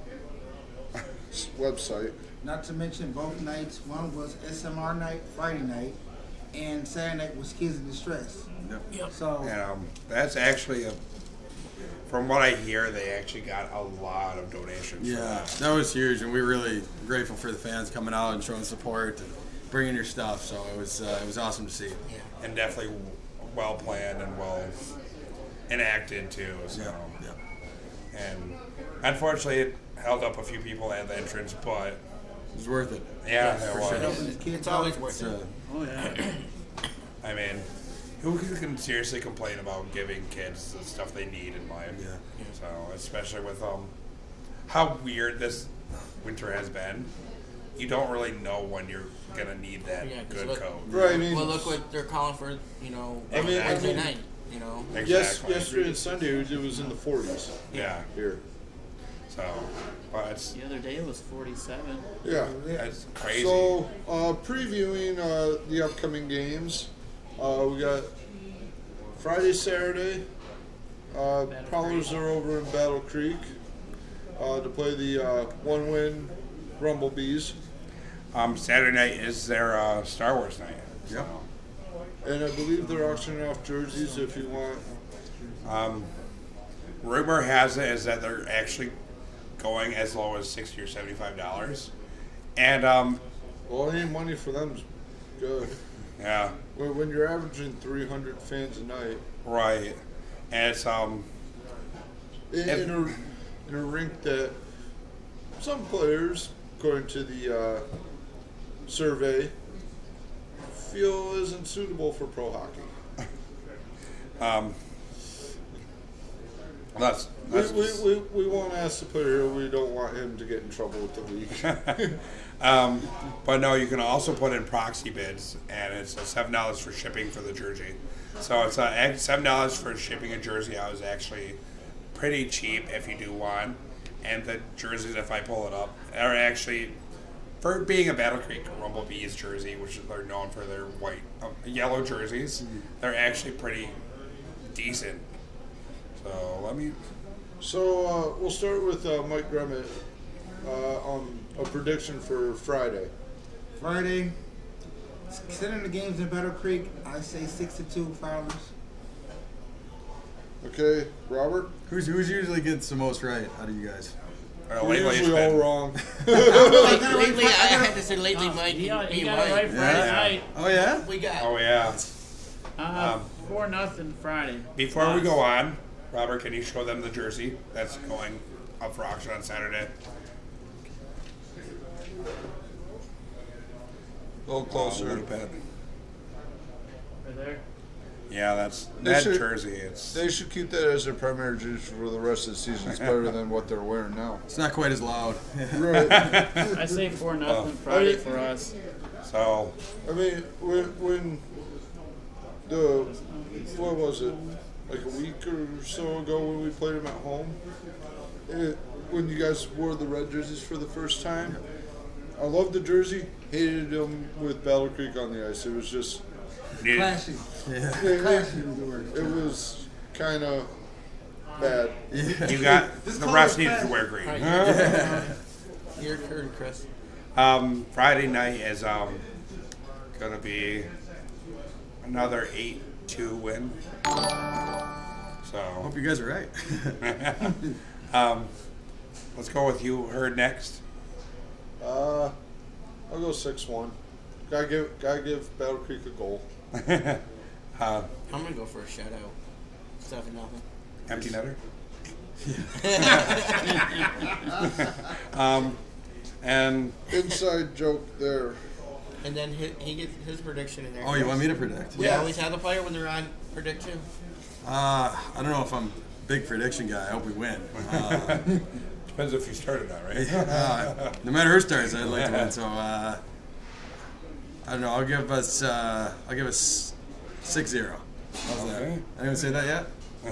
s- website. Not to mention both nights. One was SMR night, Friday night, and Saturday night was Kids in Distress. So and, um, that's actually a. From what I hear, they actually got a lot of donations. for Yeah. That was huge, and we were really grateful for the fans coming out and showing support and bringing your stuff. So it was uh, it was awesome to see. that. and definitely well planned and well enacted too. So. Yeah. Yeah. and unfortunately it held up a few people at the entrance but It was worth it. yeah, it was. helping the kids It's always out. worth it. So, oh yeah. i mean who can, can seriously complain about giving kids the stuff they need in life Yeah. so especially with um how weird this winter has been you don't really know when you're gonna need that Yeah, 'cause good look- coat Right. I mean, Well, look what they're calling for. You know, I mean- I Wednesday mean- night. You know, yes, exactly yesterday and Sunday it was in the forties yeah here. so but it's, The other day it was 47. Yeah. it's crazy So, uh, previewing uh, the upcoming games, uh, we got Friday, Saturday. Uh, Prowlers are over in Battle Creek uh, to play the uh, one win Rumble Bees. um saturday night is their uh star wars night Yep. And I believe they're auctioning off jerseys if you want. Um, rumor has it is that they're actually going as low as sixty or seventy five dollars, and um, Well, any money for them's good. yeah, Well, when you're averaging 300 fans a night Right. And it's um in, Ev- in, a, in a rink that some players, according to the uh, survey, feel isn't suitable for pro hockey. um that's, We, that's we, we, we won't ask the player. We don't want him to get in trouble with the league. um, but no, you can also put in proxy bids, and it's uh, seven dollars for shipping for the jersey. So it's uh, act- seven dollars for shipping a jersey out is actually pretty cheap if you do one, and the jerseys, if I pull it up, are actually for being a Battle Creek Rumble Bees jersey, which they're known for their white, uh, yellow jerseys. Mm-hmm. They're actually pretty decent. So let me. so uh, we'll start with uh, Mike Gremmett uh, on a prediction for Friday. Friday, considering the games in Battle Creek, I say six to two Fowlers. Okay, Robert? Who's who's usually gets the most right out of you guys? Uh, We're lately it's usually all been- wrong. Lately, I had to say lately, Mike. He got, me he and got it right Mike. Friday Yeah. night. Oh yeah. We got. Oh yeah. Uh, Um, four nothing Friday. Before we go on, Robert, can you show them the jersey that's going up for auction on Saturday? A little Uh, closer. Winnipeg. Right there. Yeah, that's They that should- jersey. It's They should keep that as their primary jersey for the rest of the season. It's better than what they're wearing now. It's not quite as loud. Right. I say four nothing Friday for us. Oh. so I mean, when, when the what was it? Like a week or so ago when we played them at home, it, when you guys wore the red jerseys for the first time, I loved the jersey. Hated them with Battle Creek on the ice. It was just yeah, Clashing. it, Clashing is the word. was kind of bad. you got This the color refs is needed to bad. wear green. Your turn, Chris. Um, Friday night is um gonna be another eight two win. So Hope you guys are right. um, let's go with you heard next. Uh, I'll go six one. Gotta give gotta give Battle Creek a goal. Uh, I'm gonna go for a shutout. Seven nothing. Empty netter. um, and Inside joke there. And then he, he gets his prediction in there. oh, you want me to predict? We always have the player when they're on prediction. Uh, I don't know if I'm a big prediction guy. I hope we win. Uh, depends if you started that right. uh, no matter who starts, I'd like to win. So uh, I don't know. I'll give us. Uh, I'll give us six zero. How's that? Okay. Anyone say that yet?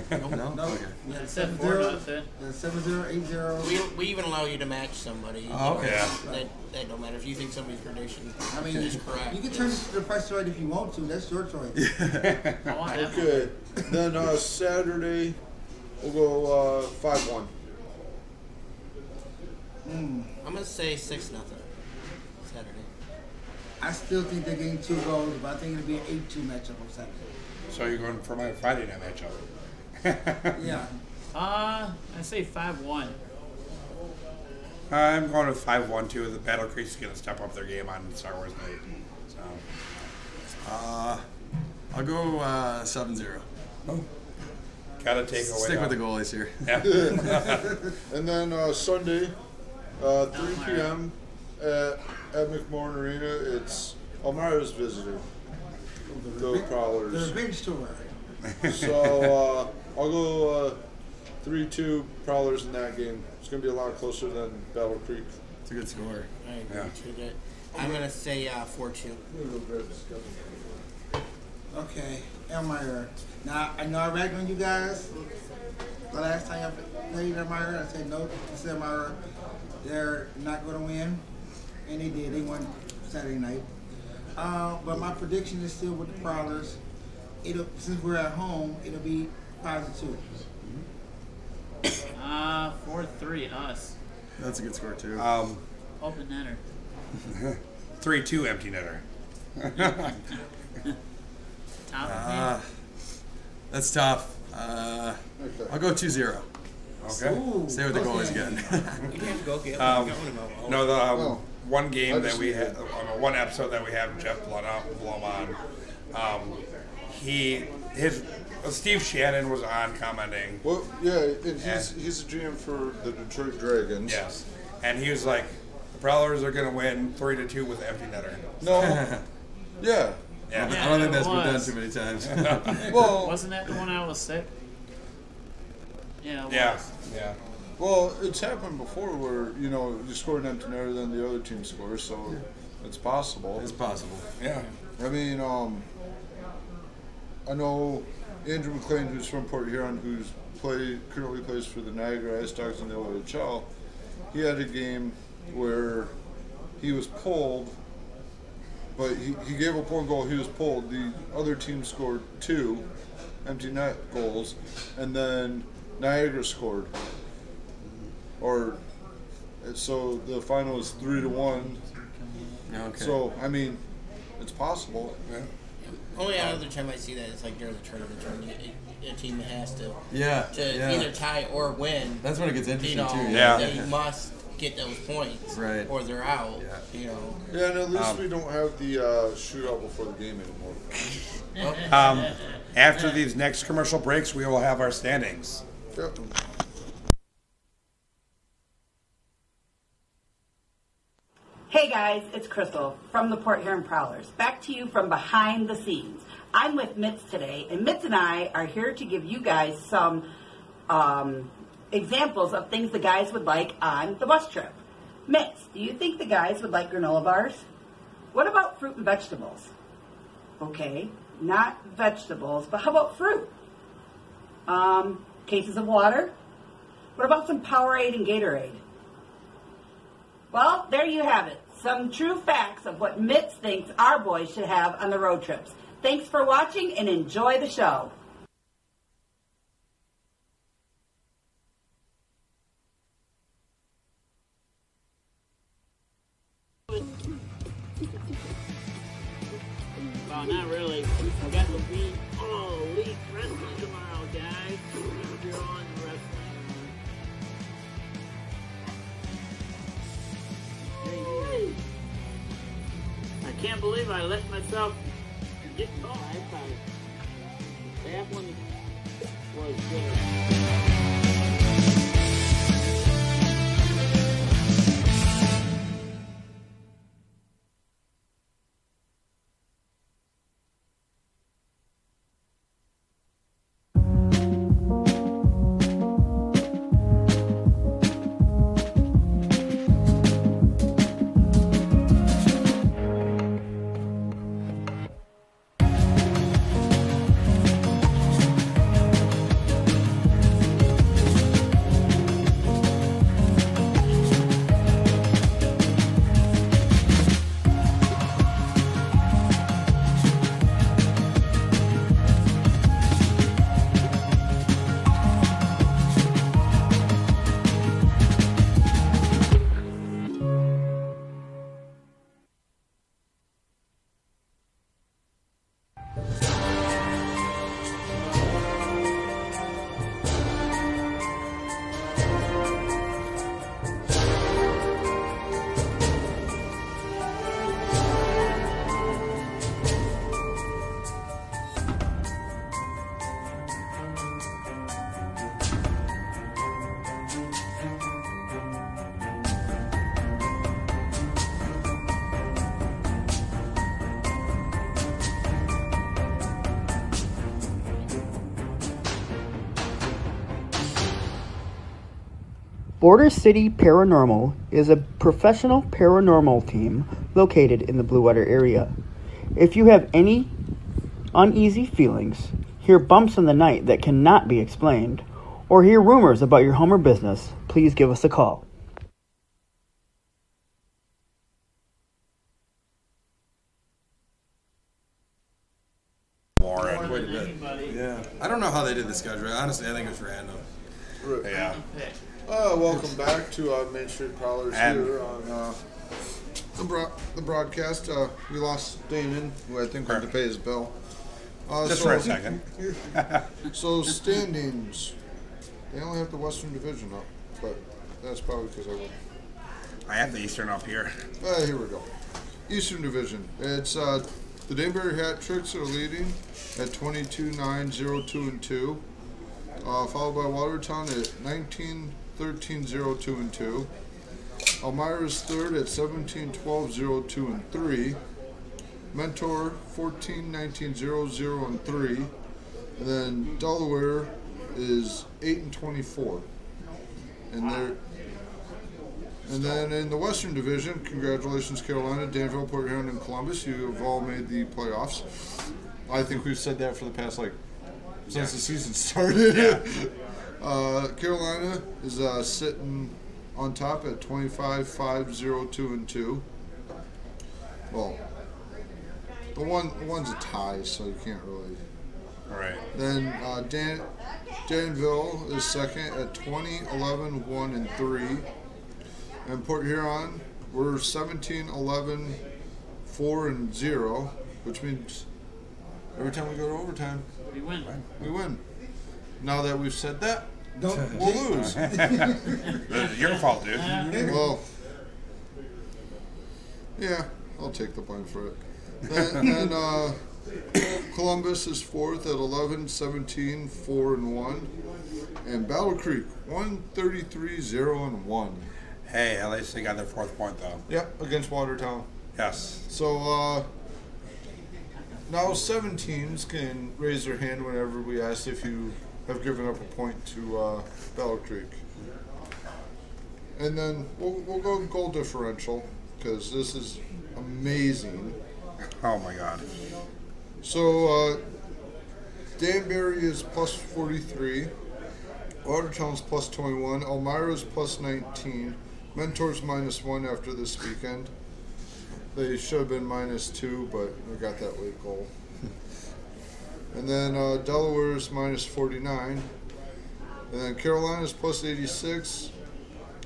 no. Okay. I said four nothing. uh, Seven zero eight zero. We, we even allow you to match somebody. Oh, okay. Yeah. That, that don't matter if you think somebody's prediction. I mean, is correct. you can turn this to the price right if you want to. That's your choice. I want that one. Good. Then uh, Saturday, we'll go uh, five one. Hmm. I'm gonna say six nothing. Saturday. I still think they're getting two goals, but I think it'll be an eight two matchup on Saturday. So you're going for my Friday night matchup. Yeah. Uh, I say five one. I'm going with five one two. The Battle Creek's going to step up their game on Star Wars night. So Uh, I'll go uh, seven zero. Oh. got to take away. Stick with the the- goalies here. Yeah. And then uh, Sunday, uh, three p.m. at at McMoran Arena. It's Elmira's visitor, the The Prowlers. revenge tour. So uh, I'll go uh, three two Prowlers in that game. It's gonna be a lot closer than Battle Creek. It's a good score. I agree Yeah. to that. I'm gonna say uh, four two. Okay, Elmira. Now I know I ragged on you guys. The last time I played Elmira, I said no. I said Elmira, they're not going to win, and they did. They won Saturday night. Uh, but my prediction is still with the Prowlers. It'll since we're at home, it'll be five to two. Uh, four three us. That's a good score too. um, Open netter. three two empty netter. Top Uh, that's tough. Uh, I'll go 2 0. Okay. Ooh, Stay with the goalies again. You can go get Um, No, the um, Well, one Oh. I game that just we need had, uh, one episode that we have Jeff uh, Blum on, Blum on Um, he his uh, Steve Shannon was on commenting Well, yeah, and he's he's a GM for the Detroit Dragons. Yes. And he was like, the Prowlers are going to win 3 to 2 with empty netter. No. yeah. Yeah. I don't think that's been done was. too many times. Well, Wasn't that the one I was sick? Yeah. it Yeah. was. Yeah. well, it's happened before where you know you score an empty netter, then E the other team scores, so it's possible. it's possible. Yeah. I mean, um, I know Andrew McLean, who's from Port Huron, who's play currently plays for the Niagara Ice Dogs in the OHL. He had a game where he was pulled, but he, he gave up one goal. He was pulled. The other team scored two empty net goals, and then Niagara scored. Or so the final is three to one. Okay. So I mean, it's possible. Only other time I see that is like during the tournament, when a, a team has to yeah. to yeah. either tie or win. That's when it gets you interesting know, too. Yeah. they must get those points, Right. Or they're out. Yeah. You know, Yeah, and at least we don't have the uh, shootout before the game anymore. Um, after these next commercial breaks, we will have our standings. Hey guys, it's Crystal from the Port Huron Prowlers. Back to you from behind the scenes. I'm with Mitz today, and Mitz and I are here to give you guys some um, examples of things the guys would like on the bus trip. Mitz, do you think the guys would like granola bars? What about fruit and vegetables? Okay, not vegetables, but how about fruit? Um, cases of water? What about some Powerade and Gatorade? Well, there you have it. Some true facts of what Mitz thinks our boys should have on the road trips. Thanks for watching and enjoy the show. Well, not really. I got the week. Oh, week wrestling tomorrow, guys. If you're on wrestling. Hey, hey. I can't believe I let myself get caught. I thought that one was good. Border City Paranormal is a professional paranormal team located in the Blue Water area. If you have any uneasy feelings, hear bumps in the night that cannot be explained, or hear rumors about your home or business, please give us a call. Warren. Quite a bit. Yeah. I don't know how they did the schedule. Honestly, I think it was random. Yeah. Uh, welcome back to uh, Main Street Prowlers And- here on uh, the, bro- the broadcast. Uh, we lost Damon, who I think went to pay his bill. Uh, Just so- for a second. So standings, they only have the Western Division up, but that's probably because I won. I have the Eastern up here. Uh, here we go. Eastern Division. It's uh, The Danbury Hat Tricks are leading at 22 9 0 2 and 2, uh, followed by Watertown at 19 13 0 2 and 2. Elmira's third at 17 12 0 2 and 3. Mentor 14 19 0 0 and 3. And then Delaware is 8 and 24. And they're and then in the Western Division, congratulations, Carolina, Danville, Port Huron, and Columbus. You have all made the playoffs. I think we've said that for the past, like, since the season started. uh, Carolina is uh, sitting on top at 25 5 0 2 and 2. Well, the one the one's a tie, so you can't really. All right. Then uh, Dan, Danville is second at 20, 11, 1, and 3. And Port Huron, we're 17, 11, 4, and 0, which means every time we go to overtime, We win. we win. Now that we've said that, we'll lose. It's Your fault, dude. well, yeah, I'll take the blame for it. Then, then uh, Columbus is fourth at 11, 17, 4 and 1. And Battle Creek, 133, 0 and 1. Hey, at least they got their fourth point, though. Yep, against Watertown. Yes. So uh, now seven teams can raise their hand whenever we ask if you have given up a point to uh, Battle Creek. And then we'll, we'll go goal differential because this is amazing. Oh, my God. So uh, Danbury is plus 43, Watertown's plus 21, Elmira's plus 19, Mentors minus 1 after this weekend. They should have been minus 2, but we got that late goal. and then uh, Delaware's minus 49, and then Carolina's plus 86,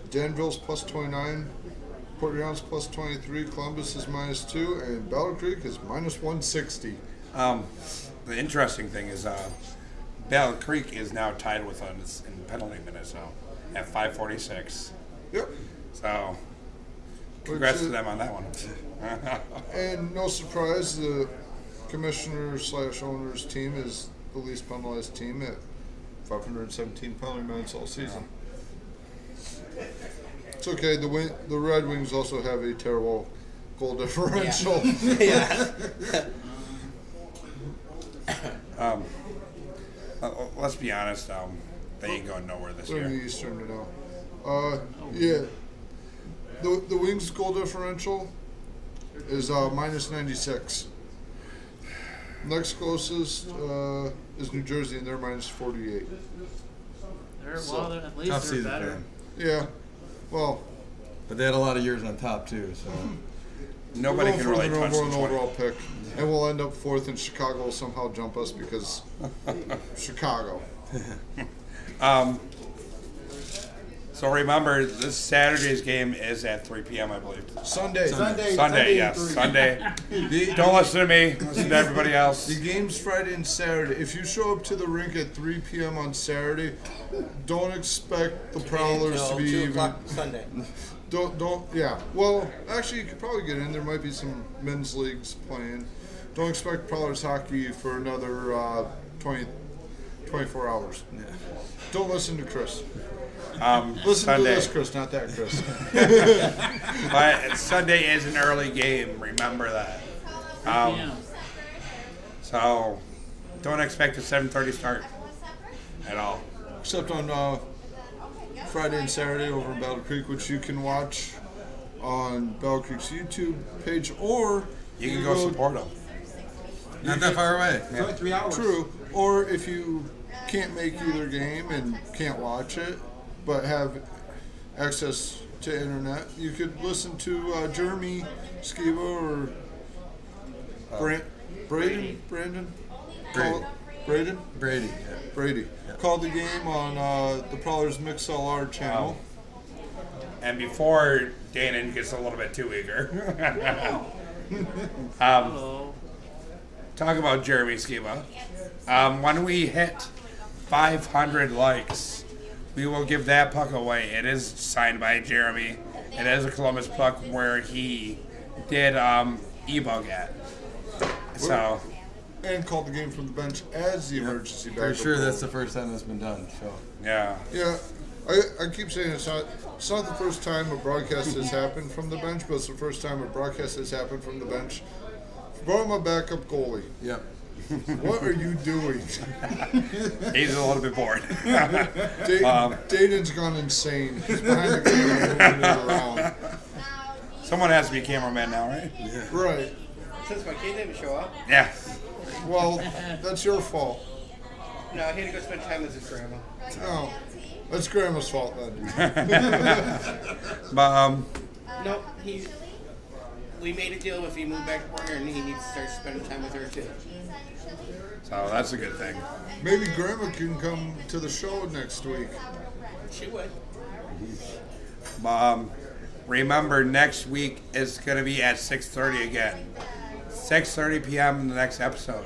Danville's plus 29. Port Huron's plus 23, Columbus is minus 2, and Battle Creek is minus 160. Um, the interesting thing is, uh, Battle Creek is now tied with us in penalty minutes now at 546. Yep. So, congrats Which to is- them on that one. And no surprise, the commissioner slash owner's team is the least penalized team at 517 penalty minutes all season. It's okay. The win- the Red Wings also have a terrible goal differential. Um, Uh, Let's be honest, um, they ain't going nowhere this They're in year. the Eastern now. Uh, yeah. The, the Wings goal differential is uh, minus 96. Next closest uh, is New Jersey, and they're minus 48. They're, well, they're, at least Tough they're season better. for them. Yeah. Well, But they had a lot of years on top too, so Nobody we're can going really for the touch number the one 20. overall pick, and we'll end up fourth, and Chicago will somehow jump us because Chicago. Um, So remember, this Saturday's game is at 3 p.m., I believe. Sunday. Sunday, Sunday, Sunday at yes. three. Sunday. The- Don't listen to me. Listen to everybody The else. game's Friday and Saturday. If you show up to the rink at 3 p.m. on Saturday, don't expect the Prowlers to Until be two even. o'clock Sunday. Don't, don't, yeah. Well, actually, you could probably get in. There might be some men's leagues playing. Don't expect Prowlers hockey for another uh, 20, 24 hours. Don't listen to Chris. Um, Listen to Sunday. this, Chris, not that Chris. But it's- Sunday is an early game. Remember that. Um, yeah. So don't expect a 7:30 start at all. Except on uh, Friday and Saturday over in Battle Creek, which you can watch on Battle Creek's YouTube page or You can go support them. not that far away. It's only three hours. True. Or if you can't make either game and can't watch it, but have access to internet, you could listen to uh, Jeremy Skiba or Uh, Bra- Braden. Brandon. Call- Braden. Brady. Brady. Call the game on uh, the Prowlers MixLR channel. And before Danon gets a little bit too eager, Um, Hello. talk about Jeremy Skiba. Um, when we hit 500 likes, we will give that puck away. It is signed by Jeremy. It is a Columbus puck where he did um, e-bug at. So and called the game from the bench as the emergency For backup. sure, that's the goalie. first time that's been done. So yeah, Yeah, I, I keep saying it's not it's not the first time a broadcast has happened from the bench, but it's the first time a broadcast has happened from the bench. Brought my backup goalie. yep. What are you doing? he's a little bit bored. Um, Dayton, Um, Dayton's gone insane. He's behind the camera moving it around. Someone has to be cameraman now, right? Right. Since my kid didn't show up, Yeah. Well, that's your fault. no, he had to go spend time with his grandma. Oh, that's Grandma's fault then. But um, Nope, he. We made a deal if he moved back to Porter and he needs to start spending time with her too. so that's a good thing. Maybe Grandma can come to the show next week. She would. But um, remember, next week is going to be at 6.30 again. 6.30 p.m. in the next episode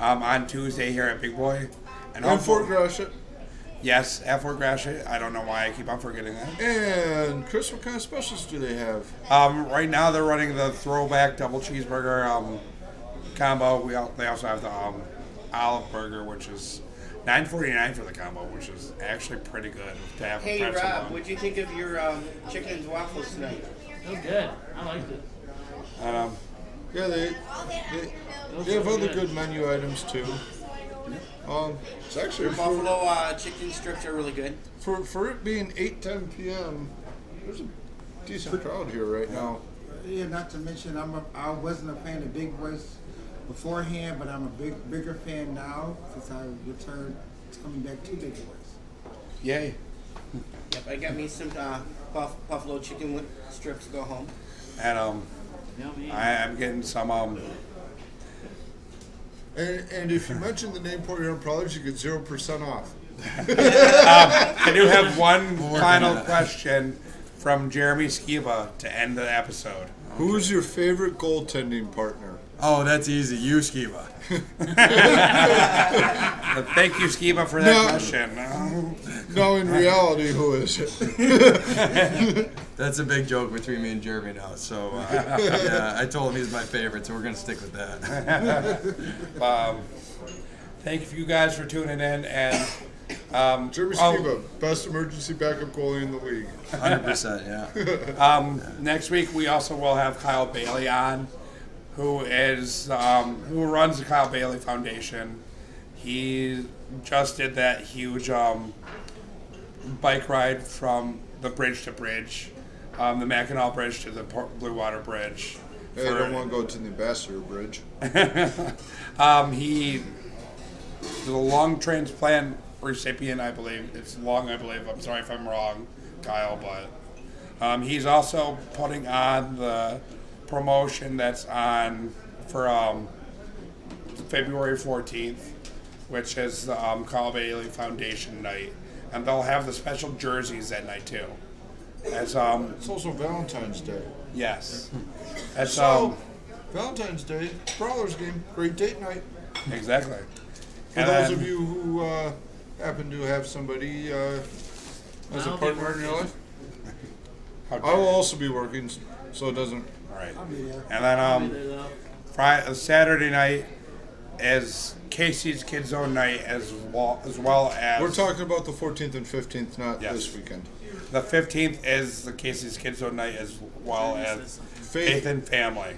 um, on Tuesday here at Big Boy. And And Fort hopefully- Gratiot. Yes, at Fort Gratiot. I don't know why I keep on forgetting that. And Chris, what kind of specials do they have? Um, right now, they're running the throwback double cheeseburger um, combo. We all, they also have the um, olive burger, which is nine forty nine for the combo, which is actually pretty good to have. Hey with pretzel Rob, bun. what'd you think of your um, chicken and waffles tonight? It was good. I liked it. um, Yeah, they they, they have other good menu items too. Um, it's actually for, Buffalo uh, chicken strips are really good. for for it being eight ten p.m. There's a decent crowd here right now. Yeah, not to mention I'm a, I wasn't a fan of Big Boys beforehand, but I'm a big bigger fan now since I returned to coming back to Big Boys. yay! Yep, I got me some uh, buff, buffalo chicken with strips to go home. And um, Yummy. I, I'm getting some um, And, and if you mention the name Port Huron Products, you get zero percent off. I do Um, have one working final on it. question from Jeremy Skiba to end the episode. Who's your favorite goaltending partner? Oh, that's easy. You Skiba. Uh, Thank you, Skiba, for that No. question. Um, No, in reality, who is it? That's a big joke between me and Jeremy now. So uh, yeah, I told him he's my favorite, so we're gonna stick with that. Um, thank you guys for tuning in. And um, Jeremy oh, Skiba, best emergency backup goalie in the league. Hundred percent. Yeah. Um, next week we also will have Kyle Bailey on, who is um, who runs the Kyle Bailey Foundation. He just did that huge um, bike ride from the bridge to bridge, um, the Mackinac Bridge to the Port Blue Water Bridge. Hey, I don't want to go to the Ambassador Bridge. Um, he is a lung transplant recipient, I believe. It's lung, I believe. I'm sorry if I'm wrong, Kyle, but um, he's also putting on the promotion that's on for um, February 14th, which is the um, Kyle Bailey Foundation night, and they'll have the special jerseys that night too. That's um It's also Valentine's Day. yes, that's um So, Valentine's Day, Prowlers game, great date night. um, exactly. For And those then- of you who uh, happen to have somebody uh, as a I'll be partner in your working. life, How I dare will you. also be working, so it doesn't. All right. Yeah. And then Made um, it up. Friday, Saturday night is Casey's Kids Zone night as well as well as We're talking about the 14th and 15th, not Yes. this weekend. the fifteenth is the Casey's Kids Zone night as well as Faith. Faith and Family.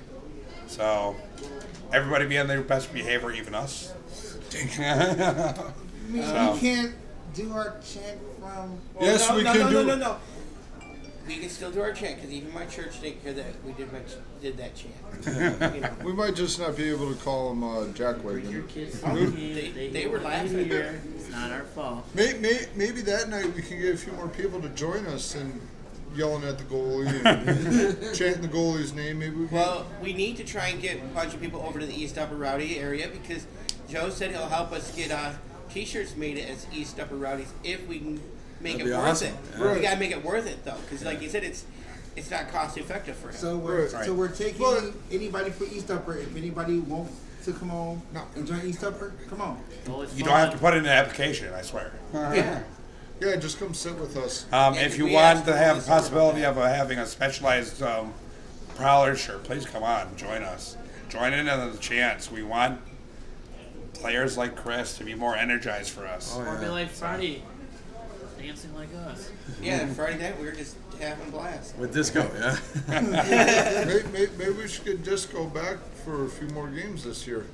So everybody be on their best behavior, even us. I mean, we can't do our chant from Yes, no, we no, can no, do. No, no, no. We can still do our chant because even my church didn't care that we did my ch- did that chant. you know, We might just not be able to call him uh, Jack Bring your Wagon. kids to the game. They, they were were laughing. Here. It's not our fault. May, may, maybe that night we can get a few more people to join us and yelling at the goalie and chanting the goalie's name. Maybe we can. well, we need to try and get a bunch of people over to the East Upper Rowdy area because Joe said he'll help us get uh, t-shirts made as East Upper Rowdies if we can make That'd it be worth awesome. it. Yeah. We gotta make it worth it though, because like you said, it's it's not cost effective for him. So we're Right. so we're taking But- anybody for East Upper. If anybody wants to come on No. and join East Upper, come on. Well, it's You fun. don't have to put in an application, I swear. yeah. Yeah, just come sit with us. Um, Yeah, if you we want asked to for have this the possibility of uh, having a specialized um, prowler shirt, please come on, join us. Join in on the chance. We want players like Chris to be more energized for us. Oh, Or be like Friday, dancing like us. Yeah, Friday night we were just having a blast. With disco, yeah. maybe, maybe, maybe we should get Disco back for a few more games this year,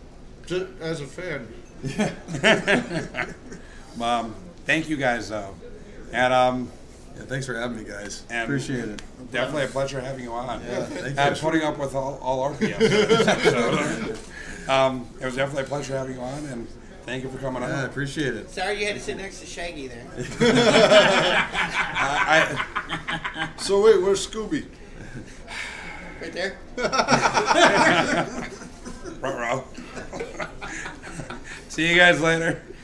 just as a fan. um, thank you guys though, and um, yeah thanks for having me, guys. And- Appreciate it. definitely a pleasure having you on. Yeah, thank and you. putting up with all, all our PMs. um, it was definitely a pleasure having you on, and thank you for coming Yeah, I on. appreciate it. Sorry you had to sit next to Shaggy there. I, So wait, where's Scooby? Right there. I, ruh-roh. See you guys later.